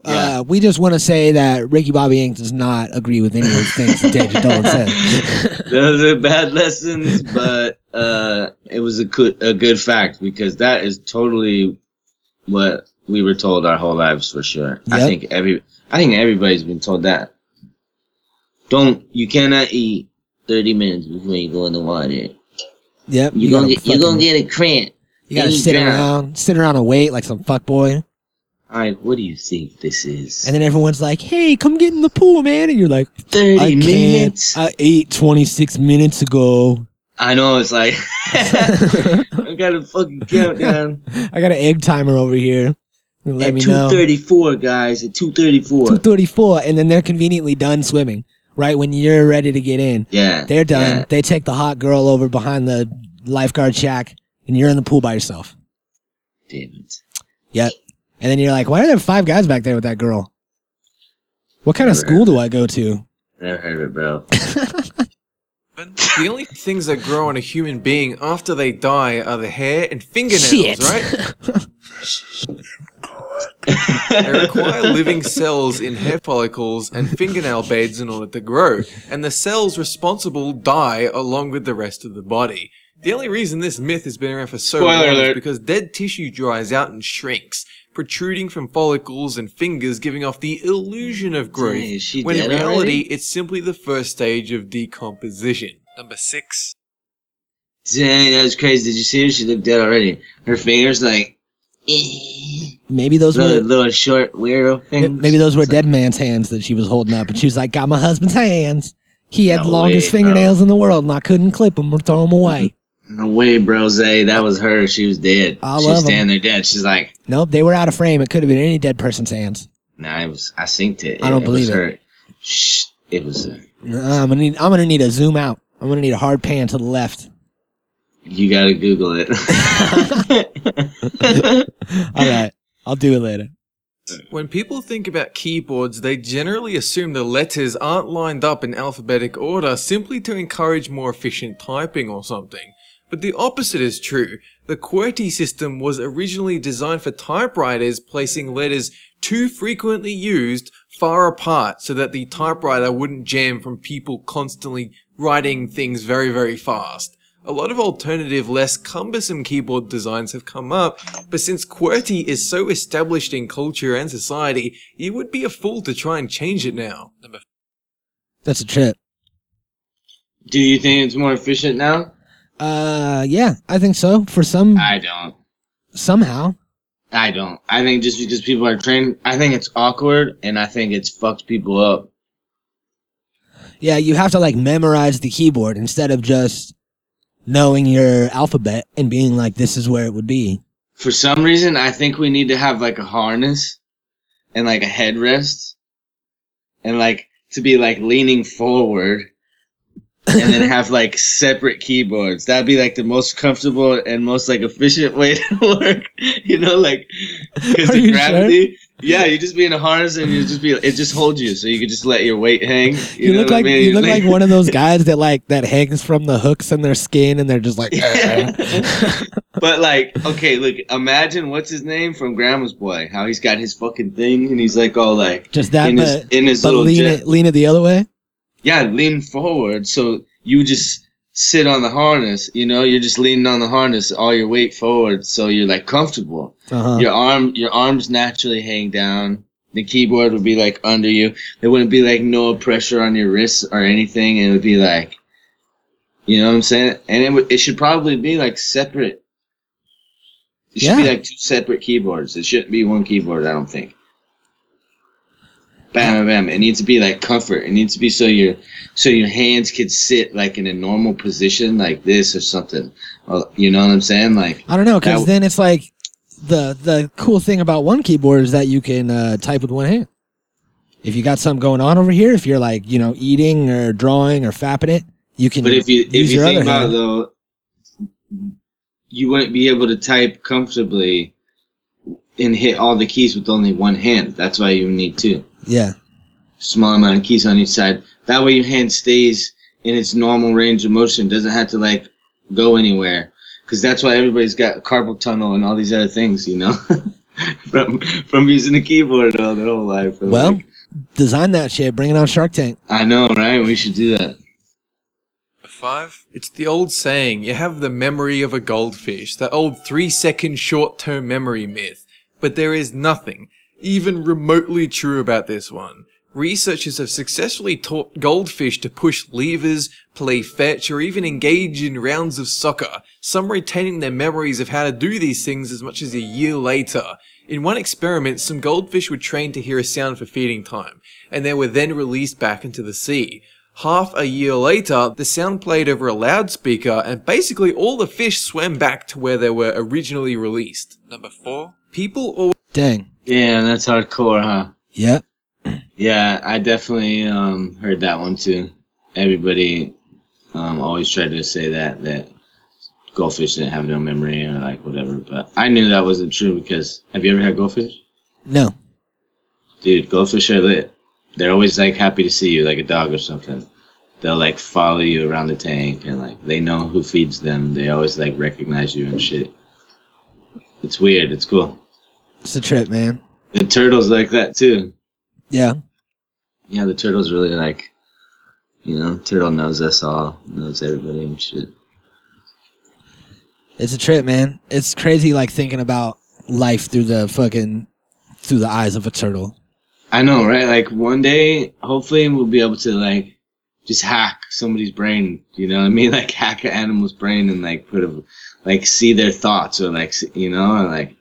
Speaker 2: Yeah.
Speaker 1: Uh, we just want to say that Ricky Bobby Inc. does not agree with any of those things that Danger Dolan said.
Speaker 2: (laughs) Those are bad lessons, but uh, it was a good a good fact because that is totally what we were told our whole lives for sure. I
Speaker 1: Yep.
Speaker 2: think every I think everybody's been told that. Don't you cannot eat thirty minutes before you go in the water. You're
Speaker 1: Yep.
Speaker 2: you gonna get, you
Speaker 1: fucking-
Speaker 2: gonna get a cramp.
Speaker 1: You gotta
Speaker 2: Then
Speaker 1: sit
Speaker 2: drown.
Speaker 1: around, sit around and wait like some fuck boy,
Speaker 2: Alright, what do you think this is?
Speaker 1: and then everyone's like, "Hey, come get in the pool, man!" And you're like,
Speaker 2: Thirty
Speaker 1: "I can't.
Speaker 2: minutes.
Speaker 1: I ate 26 minutes ago.
Speaker 2: I know it's
Speaker 1: (laughs)
Speaker 2: like (laughs)
Speaker 1: I
Speaker 2: I got a fucking countdown.
Speaker 1: got an egg timer over here. Let
Speaker 2: at
Speaker 1: me
Speaker 2: two
Speaker 1: know."
Speaker 2: thirty four, guys. At two thirty four.
Speaker 1: 2:34, and then they're conveniently done swimming. Right when you're ready to get in,
Speaker 2: Yeah.
Speaker 1: they're done.
Speaker 2: yeah.
Speaker 1: They take the hot girl over behind the lifeguard shack, and you're in the pool by yourself.
Speaker 2: Damn it.
Speaker 1: Yep. And then you're like, "Why are there five guys back there with that girl? What kind of
Speaker 2: Never
Speaker 1: school do I go to?"
Speaker 2: Never heard of it, bro.
Speaker 5: The only things that grow on a human being after they die are the hair and fingernails,
Speaker 1: Shit.
Speaker 5: right? they require living cells in hair follicles and fingernail beds in order to grow, and the cells responsible die along with the rest of the body. The only reason this myth has been around for so
Speaker 2: Spoiler
Speaker 5: long is
Speaker 2: alert.
Speaker 5: because dead tissue dries out and shrinks, protruding from follicles and fingers, giving off the illusion of growth,
Speaker 2: Dang, is she
Speaker 5: when in
Speaker 2: dead
Speaker 5: reality,
Speaker 2: already?
Speaker 5: it's simply the first stage of decomposition. Number six.
Speaker 2: Dang, that was crazy. Did you see her? She looked dead already. Her fingers like eh,
Speaker 1: Maybe those
Speaker 2: little,
Speaker 1: were
Speaker 2: little short weirdo
Speaker 1: Ma-
Speaker 2: things.
Speaker 1: Maybe those were dead man's hands that she was holding up, and she was like, "Got my husband's hands. He had the
Speaker 2: No
Speaker 1: longest
Speaker 2: way, bro.
Speaker 1: fingernails in the world, and I couldn't clip them or throw them away."
Speaker 2: (laughs) No way, bro. Zay, that was her. She was dead.
Speaker 1: I
Speaker 2: She's
Speaker 1: love 'em.
Speaker 2: standing there dead. She's like,
Speaker 1: nope, they were out of frame. It could have been any dead person's hands.
Speaker 2: Nah, it was. I synced it.
Speaker 1: I don't
Speaker 2: it,
Speaker 1: believe it.
Speaker 2: was Her. Shh, it was. Her.
Speaker 1: Uh, I'm gonna need. I'm gonna need a zoom out. I'm gonna need a hard pan to the
Speaker 2: (laughs)
Speaker 1: left.
Speaker 2: You gotta Google it. (laughs)
Speaker 1: All right, I'll do it later.
Speaker 5: When people think about keyboards, they generally assume the letters aren't lined up in alphabetic order simply to encourage more efficient typing or something. But the opposite is true. The QWERTY system was originally designed for typewriters placing letters too frequently used far apart so that the typewriter wouldn't jam from people constantly writing things very, very fast. A lot of alternative, less cumbersome keyboard designs have come up, but since QWERTY is so established in culture and society, you would be a fool to try and change it now.
Speaker 1: That's a trip.
Speaker 2: Do you think it's more efficient now?
Speaker 1: Uh, yeah, I think so. For some,
Speaker 2: I don't.
Speaker 1: somehow,
Speaker 2: I don't. I think just because people are trained, I think it's awkward and I think it's fucked people up.
Speaker 1: yeah, you have to like memorize the keyboard instead of just knowing your alphabet and being like, this is where it would be.
Speaker 2: For some reason, I think we need to have like a harness and like a headrest and like to be like leaning forward and then have like separate keyboards. That'd be like the most comfortable and most like efficient way to (laughs) work. You know, like because
Speaker 1: Are
Speaker 2: the
Speaker 1: you
Speaker 2: gravity. Yeah, you just be in a harness and you just be. It just holds you, so you could just let your weight hang.
Speaker 1: You,
Speaker 2: know
Speaker 1: look
Speaker 2: what I
Speaker 1: like
Speaker 2: mean?
Speaker 1: you look
Speaker 2: (laughs)
Speaker 1: like one of those guys that like that hangs from the hooks in their skin, and they're just like,
Speaker 2: (laughs)
Speaker 1: "Uh,
Speaker 2: but like, okay, look, imagine what's his name from Grandma's Boy, how he's got his fucking thing and he's like all like
Speaker 1: just that,
Speaker 2: in his
Speaker 1: but,
Speaker 2: in his
Speaker 1: but
Speaker 2: little
Speaker 1: lean
Speaker 2: jet.
Speaker 1: it, lean it the other way.
Speaker 2: Yeah, lean forward. So you just sit on the harness, you know, you're just leaning on the harness, all your weight forward, so you're like comfortable.
Speaker 1: Uh huh.
Speaker 2: Your arm your arms naturally hang down. The keyboard would be like under you. There wouldn't be like no pressure on your wrists or anything. It would be like you know what I'm saying? And it would it should probably be like separate. It should be
Speaker 1: Yeah.
Speaker 2: like two separate keyboards. It shouldn't be one keyboard, I don't think. Bam bam bam. It needs to be like comfort. It needs to be so your so your hands could sit like in a normal position like this or something. Uh, You know what I'm saying? Like
Speaker 1: I don't know,
Speaker 2: That
Speaker 1: because
Speaker 2: w-
Speaker 1: then it's like the the cool thing about one keyboard is that you can uh, type with one hand. If you got something going on over here, if you're like you know eating or drawing or fapping it, you can.
Speaker 2: But if you if
Speaker 1: use
Speaker 2: you
Speaker 1: your
Speaker 2: think
Speaker 1: other
Speaker 2: about it
Speaker 1: hand.
Speaker 2: though, you wouldn't be able to type comfortably and hit all the keys with only one hand. That's why you need two
Speaker 1: yeah,
Speaker 2: small amount of keys on each side. That way your hand stays in its normal range of motion. Doesn't have to like go anywhere. Because that's why everybody's got carpal tunnel and all these other things, you know, (laughs) from from using the keyboard all their whole life.
Speaker 1: Well-
Speaker 2: Like,
Speaker 1: design that shit, bring it on Shark Tank.
Speaker 2: I know, right? We should do that.
Speaker 5: Five. It's the old saying, you have the memory of a goldfish, that old three second short term memory myth. But there is nothing even remotely true about this one. Researchers have successfully taught goldfish to push levers, play fetch, or even engage in rounds of soccer, some retaining their memories of how to do these things as much as a year later. In one experiment, some goldfish were trained to hear a sound for feeding time, and they were then released back into the sea. Half a year later, the sound played over a loudspeaker, and basically all the fish swam back to where they were originally released. Number four. People always
Speaker 1: Dang.
Speaker 2: Damn, that's hardcore, huh?
Speaker 1: Yeah.
Speaker 2: Yeah, I definitely um, heard that one too. Everybody um, always tried to say that that goldfish didn't have no memory or like whatever, but I knew that wasn't true because have you ever had goldfish?
Speaker 1: No.
Speaker 2: Dude, goldfish are lit. They're always like happy to see you, like a dog or something. They'll like follow you around the tank and like they know who feeds them. They always like recognize you and shit. It's weird. It's cool.
Speaker 1: It's a trip, man.
Speaker 2: The turtles like that too.
Speaker 1: Yeah.
Speaker 2: Yeah, the turtle's really like, you know, turtle knows us all, knows everybody and shit.
Speaker 1: It's a trip, man. It's crazy like thinking about life through the fucking through the eyes of a turtle.
Speaker 2: I know, right? Like one day, hopefully, we'll be able to like just hack somebody's brain. You know what I mean? (laughs) Like hack an animal's brain and like put a, like see their thoughts or like see- you know, or, like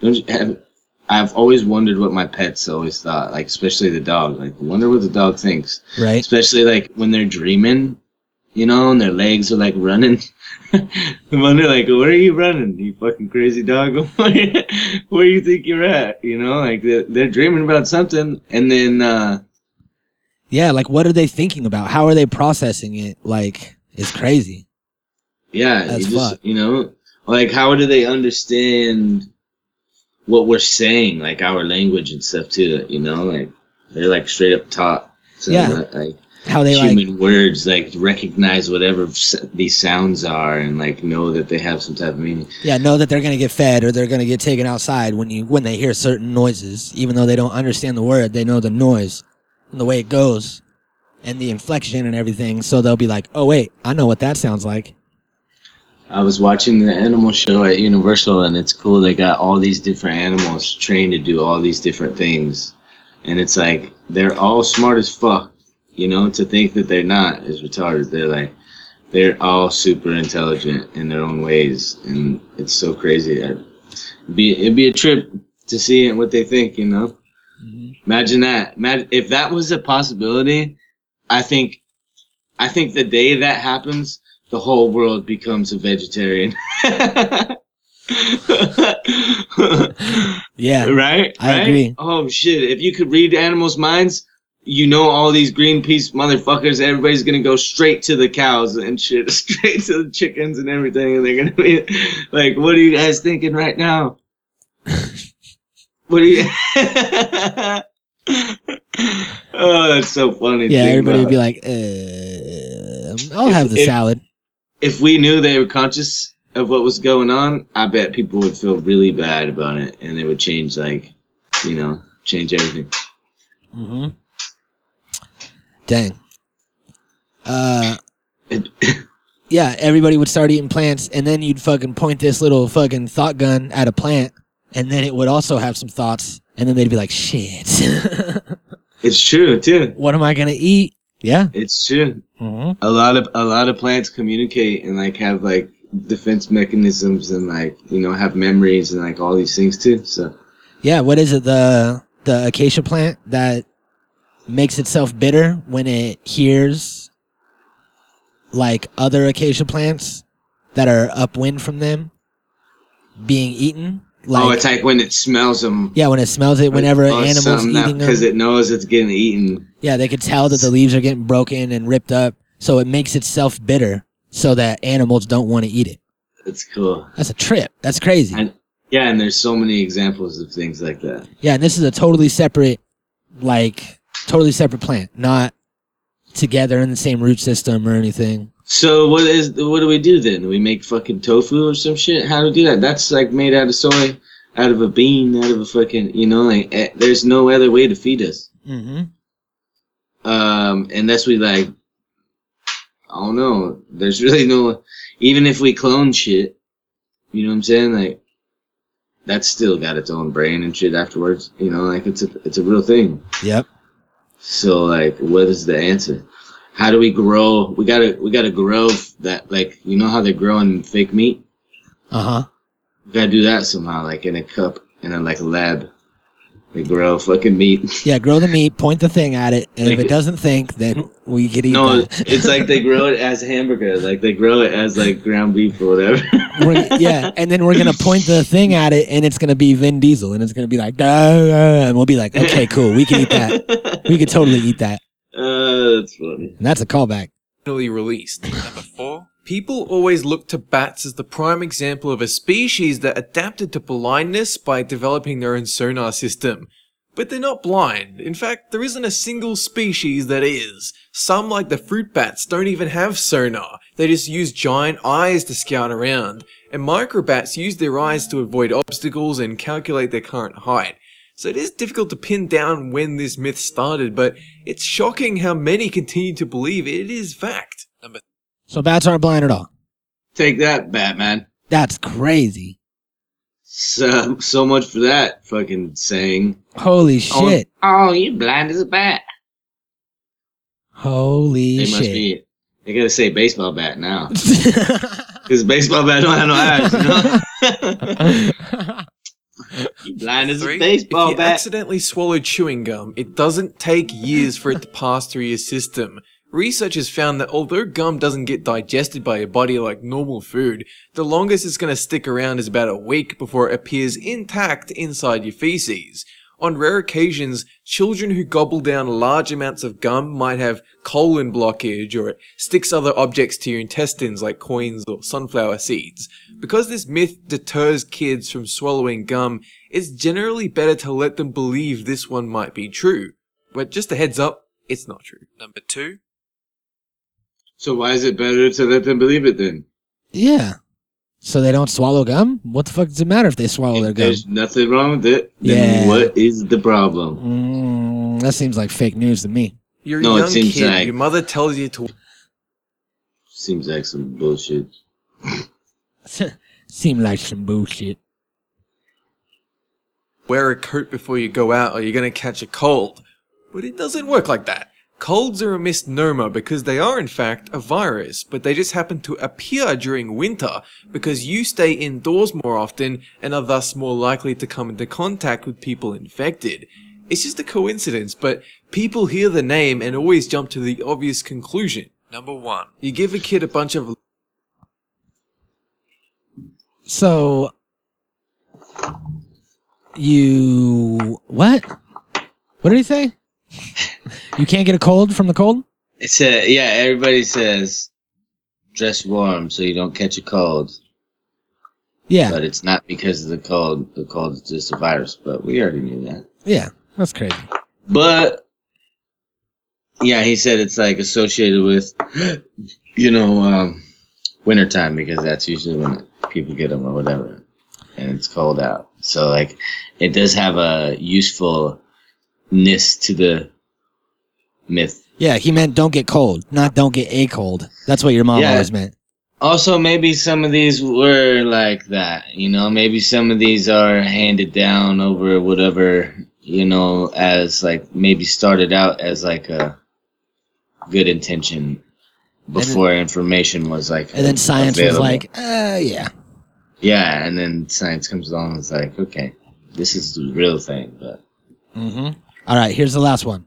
Speaker 2: don't you have. I've always wondered what my pets always thought, like especially the dog. Like wonder what the dog thinks.
Speaker 1: Right?
Speaker 2: especially like when they're dreaming, you know, and their legs are like running. (laughs) the one they're like, "Where are you running, you fucking crazy dog? (laughs) Where do you think you're at?" You know, like they're, they're dreaming about something, and then uh,
Speaker 1: Yeah, like what are they thinking about? How are they processing it? Like it's crazy.
Speaker 2: yeah,
Speaker 1: That's
Speaker 2: you just
Speaker 1: fucked.
Speaker 2: you know, like how do they understand what we're saying, like our language and stuff too. You know, like they're like straight up taught. So
Speaker 1: Yeah.
Speaker 2: That, like
Speaker 1: How they like
Speaker 2: human words, like recognize whatever s- these sounds are, and like know that they have some type of meaning.
Speaker 1: Yeah, know that they're gonna get fed or they're gonna get taken outside when you when they hear certain noises, even though they don't understand the word, they know the noise and the way it goes and the inflection and everything. So they'll be like, "Oh wait, I know what that sounds like."
Speaker 2: I was watching the animal show at Universal, and it's cool. They got all these different animals trained to do all these different things, and it's like they're all smart as fuck. You know, to think that they're not is retarded. They're like, they're all super intelligent in their own ways, and it's so crazy. I'd be it'd be a trip to see what they think. You know, imagine that. Imagine if that was a possibility. I think, I think the day that happens, the whole world becomes a vegetarian. (laughs)
Speaker 1: Yeah,
Speaker 2: (laughs) right?
Speaker 1: I
Speaker 2: right?
Speaker 1: agree.
Speaker 2: Oh shit! If you could read animals' minds, you know all these Greenpeace motherfuckers. Everybody's gonna go straight to the cows and shit, (laughs) straight to the chickens and everything, and they're gonna be like, "What are you guys thinking right now? what are you?" (laughs) oh, that's so funny. to
Speaker 1: yeah.
Speaker 2: think
Speaker 1: Everybody
Speaker 2: about.
Speaker 1: would be like, uh, "I'll have the
Speaker 2: If-
Speaker 1: salad."
Speaker 2: if we knew they were conscious of what was going on, I bet people would feel really bad about it and they would change, like, you know, change everything.
Speaker 1: Mm-hmm. Dang. Uh,
Speaker 2: It-
Speaker 1: yeah. Everybody would start eating plants, and then you'd fucking point this little fucking thought gun at a plant, and then it would also have some thoughts, and then they'd be like, "Shit." (laughs)
Speaker 2: It's true, too.
Speaker 1: what am I gonna eat? Yeah.
Speaker 2: It's true.
Speaker 1: Mm-hmm.
Speaker 2: A lot of a lot of plants communicate and like have like defense mechanisms and like you know have memories and like all these things too. So
Speaker 1: Yeah. What is it? The the acacia plant that makes itself bitter when it hears like other acacia plants that are upwind from them being eaten. Like,
Speaker 2: oh, it's like when it smells them.
Speaker 1: yeah, when it smells it, whenever an animal's eating them.
Speaker 2: because it knows it's getting eaten.
Speaker 1: yeah, they could tell that the leaves are getting broken and ripped up, so it makes itself bitter, so that animals don't want to eat it.
Speaker 2: It's cool.
Speaker 1: That's a trip. That's crazy.
Speaker 2: And yeah, and there's so many examples of things like that.
Speaker 1: Yeah, and this is a totally separate, like, totally separate plant, not together in the same root system or anything.
Speaker 2: So what is what do we do then? Do we make fucking tofu or some shit? How do we do that? That's like made out of soy, out of a bean, out of a fucking you know like eh, there's no other way to feed us.
Speaker 1: Mm-hmm.
Speaker 2: Um, unless we like I don't know. There's really no even if we clone shit, you know what I'm saying? Like that's still got its own brain and shit afterwards. You know, like it's a it's a real thing.
Speaker 1: Yep.
Speaker 2: So like, what is the answer? How do we grow? We gotta we gotta grow that like you know how they're growing fake meat.
Speaker 1: Uh huh.
Speaker 2: We gotta do that somehow, like in a cup in a like a lab. They grow fucking meat.
Speaker 1: Yeah, grow the meat, point the thing at it, and if it doesn't think, then we could eat
Speaker 2: No,
Speaker 1: that.
Speaker 2: it's like they grow it as hamburger. Like they grow it as like ground beef or whatever. (laughs)
Speaker 1: We're- yeah, and then we're gonna point the thing at it, and it's gonna be Vin Diesel, and it's gonna be like, "Ah, ah," and we'll be like, okay, cool, we can eat that. We could totally eat that,
Speaker 2: Uh, that's funny.
Speaker 1: and that's a callback.
Speaker 5: originally released. Number four. People always look to bats as the prime example of a species that adapted to blindness by developing their own sonar system. But they're not blind. In fact, there isn't a single species that is. Some, like the fruit bats, don't even have sonar. They just use giant eyes to scout around. And microbats use their eyes to avoid obstacles and calculate their current height. So it is difficult to pin down when this myth started, but it's shocking how many continue to believe it is fact. Number
Speaker 1: So bats aren't blind at all.
Speaker 2: Take that, Batman.
Speaker 1: That's crazy.
Speaker 2: So so much for that fucking saying.
Speaker 1: Holy shit.
Speaker 2: Oh, oh you blind as a bat.
Speaker 1: Holy
Speaker 2: They
Speaker 1: shit.
Speaker 2: must be. They gotta say baseball bat now.
Speaker 1: (laughs)
Speaker 2: Because baseball bat don't have no eyes. You know? You (laughs) blind as
Speaker 5: three,
Speaker 2: a baseball
Speaker 5: if you
Speaker 2: bat.
Speaker 5: accidentally swallow chewing gum, it doesn't take years for it to pass through your system. Researchers found that although gum doesn't get digested by your body like normal food, the longest it's going to stick around is about a week before it appears intact inside your feces. On rare occasions, children who gobble down large amounts of gum might have colon blockage or it sticks other objects to your intestines like coins or sunflower seeds. Because this myth deters kids from swallowing gum, it's generally better to let them believe this one might be true. But just a heads up, it's not true. Number two,
Speaker 2: So why is it better to let them believe it then?
Speaker 1: Yeah. So they don't swallow gum? What the fuck does it matter if they swallow their
Speaker 2: If
Speaker 1: gum?
Speaker 2: There's nothing wrong with it. Then
Speaker 1: Yeah.
Speaker 2: what is the problem?
Speaker 1: Mm, that seems like fake news to
Speaker 2: (laughs)
Speaker 1: me.
Speaker 5: you're a
Speaker 2: No, it
Speaker 5: young
Speaker 2: seems
Speaker 5: kid.
Speaker 2: like-
Speaker 5: Your mother tells you to
Speaker 2: Seems like some bullshit.
Speaker 1: Seem like some bullshit.
Speaker 5: wear a coat before you go out or you're going to catch a cold. But it doesn't work like that. Colds are a misnomer because they are in fact a virus, but they just happen to appear during winter because you stay indoors more often and are thus more likely to come into contact with people infected. It's just a coincidence, but people hear the name and always jump to the obvious conclusion. Number one. You give a kid a bunch of
Speaker 1: So you what? What did he say? you can't get a cold from the cold?
Speaker 2: It's a, yeah, everybody says dress warm so you don't catch a cold.
Speaker 1: Yeah.
Speaker 2: But it's not because of the cold. The cold is just a virus, but we already knew that.
Speaker 1: Yeah. That's crazy.
Speaker 2: But yeah, he said it's like associated with, (gasps) you know, um, wintertime because that's usually when people get them or whatever, and it's cold out. So like, it does have a usefulness to the myth.
Speaker 1: Yeah, he meant don't get cold, not don't get a cold. That's what your mom
Speaker 2: Yeah.
Speaker 1: always meant.
Speaker 2: Also, maybe some of these were like that, you know. Maybe some of these are handed down over whatever, you know, as like maybe started out as like a good intention before information was like.
Speaker 1: And then science was
Speaker 2: available.
Speaker 1: like, uh yeah.
Speaker 2: yeah, and then science comes along and is like, okay, this is the real thing, but
Speaker 1: Mm-hmm. All right, here's the last one.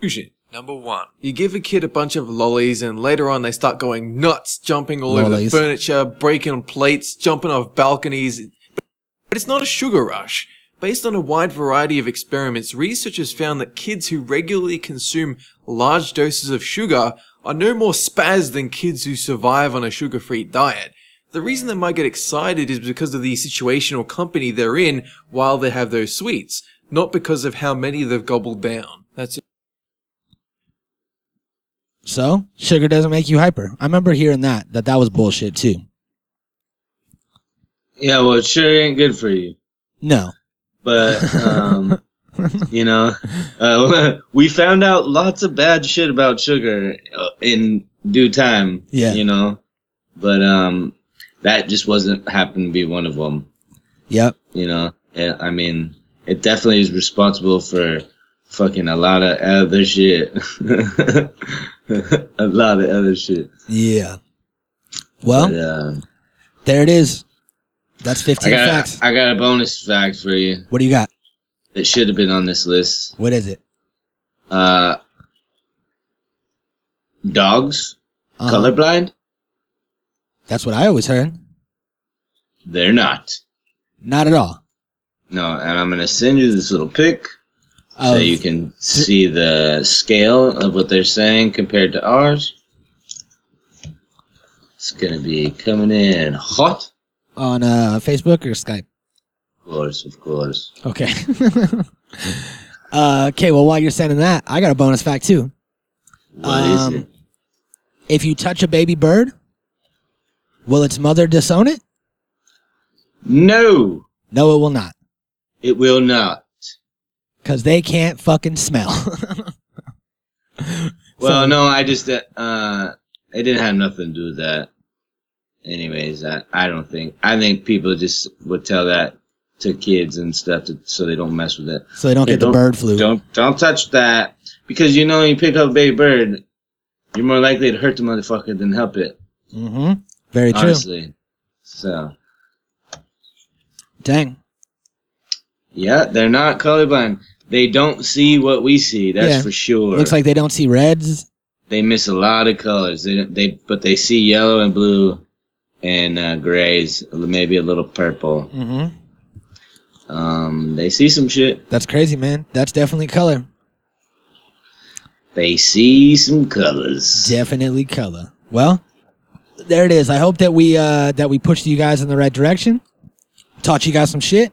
Speaker 5: Fusion. Number one. You give a kid a bunch of lollies and later on they start going nuts, jumping all over the
Speaker 1: Lollies.
Speaker 5: furniture, breaking plates, jumping off balconies. But it's not a sugar rush. Based on a wide variety of experiments, researchers found that kids who regularly consume large doses of sugar are no more spaz than kids who survive on a sugar-free diet. The reason they might get excited is because of the situation or company they're in while they have those sweets, not because of how many they've gobbled down. That's
Speaker 1: So sugar doesn't make you hyper. I remember hearing that that that was bullshit too.
Speaker 2: yeah, well, it sure ain't good for you.
Speaker 1: No,
Speaker 2: but
Speaker 1: (laughs)
Speaker 2: um, you know, uh, (laughs) we found out lots of bad shit about sugar uh, in due time.
Speaker 1: Yeah.
Speaker 2: you know, but um, that just wasn't happened to be one of them.
Speaker 1: yep,
Speaker 2: You know, Yeah, I mean, it definitely is responsible for fucking a lot of other shit. (laughs) a lot of other shit.
Speaker 1: yeah. Well,
Speaker 2: But, uh,
Speaker 1: there it is. That's
Speaker 2: I
Speaker 1: 15
Speaker 2: got
Speaker 1: facts.
Speaker 2: I got a bonus fact for you
Speaker 1: what do you got?
Speaker 2: that should have been on this list.
Speaker 1: What is it?
Speaker 2: uh, dogs
Speaker 1: Uh-huh.
Speaker 2: colorblind?
Speaker 1: That's what I always heard.
Speaker 2: They're not.
Speaker 1: Not at all.
Speaker 2: No, and I'm gonna send you this little pic so
Speaker 1: Of-
Speaker 2: you can see the scale of what they're saying compared to ours. It's gonna be coming in hot.
Speaker 1: on uh, Facebook or Skype.
Speaker 2: Of course, of course. (laughs)
Speaker 1: Okay. uh, okay. Well, while you're sending that, I got a bonus fact too.
Speaker 2: What is
Speaker 1: Um,
Speaker 2: it?
Speaker 1: If you touch a baby bird, will its mother disown it?
Speaker 2: No,
Speaker 1: No, it will not,
Speaker 2: it will not.
Speaker 1: because they can't fucking smell. (laughs)
Speaker 2: Well, no, I just uh, uh, it didn't have nothing to do with that. Anyways, I, I don't think I think people just would tell that to kids and stuff to, so they don't mess with it.
Speaker 1: so they don't
Speaker 2: Yeah,
Speaker 1: get the bird flu.
Speaker 2: Don't don't touch that because you know you pick up a baby bird, you're more likely to hurt the motherfucker than help it.
Speaker 1: Mm-hmm. Very true.
Speaker 2: honestly, so
Speaker 1: Dang.
Speaker 2: yeah, they're not colorblind. They don't see what we see. That's
Speaker 1: Yeah.
Speaker 2: for sure.
Speaker 1: Looks like they don't see reds.
Speaker 2: they miss a lot of colors. They don't- they but they see yellow and blue and uh, grays, maybe a little purple.
Speaker 1: Mm-hmm.
Speaker 2: Um, they see some shit.
Speaker 1: That's crazy, man. That's definitely color.
Speaker 2: They see some colors.
Speaker 1: Definitely color. Well, there it is. I hope that we uh, that we pushed you guys in the right direction. Taught you guys some shit.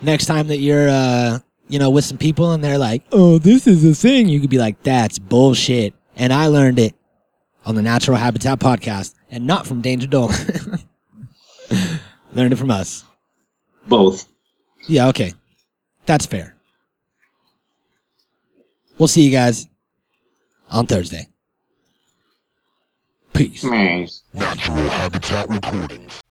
Speaker 1: Next time that you're uh, you know with some people and they're like, "Oh, this is a thing," you could be like, "That's bullshit," and I learned it on the Natural Habitat podcast, and not from Danger (laughs) Dole. learned it from us.
Speaker 2: Both.
Speaker 1: Yeah, okay. That's fair. We'll see you guys on Thursday. Peace.
Speaker 2: Nice.
Speaker 6: Natural Habitat Recordings.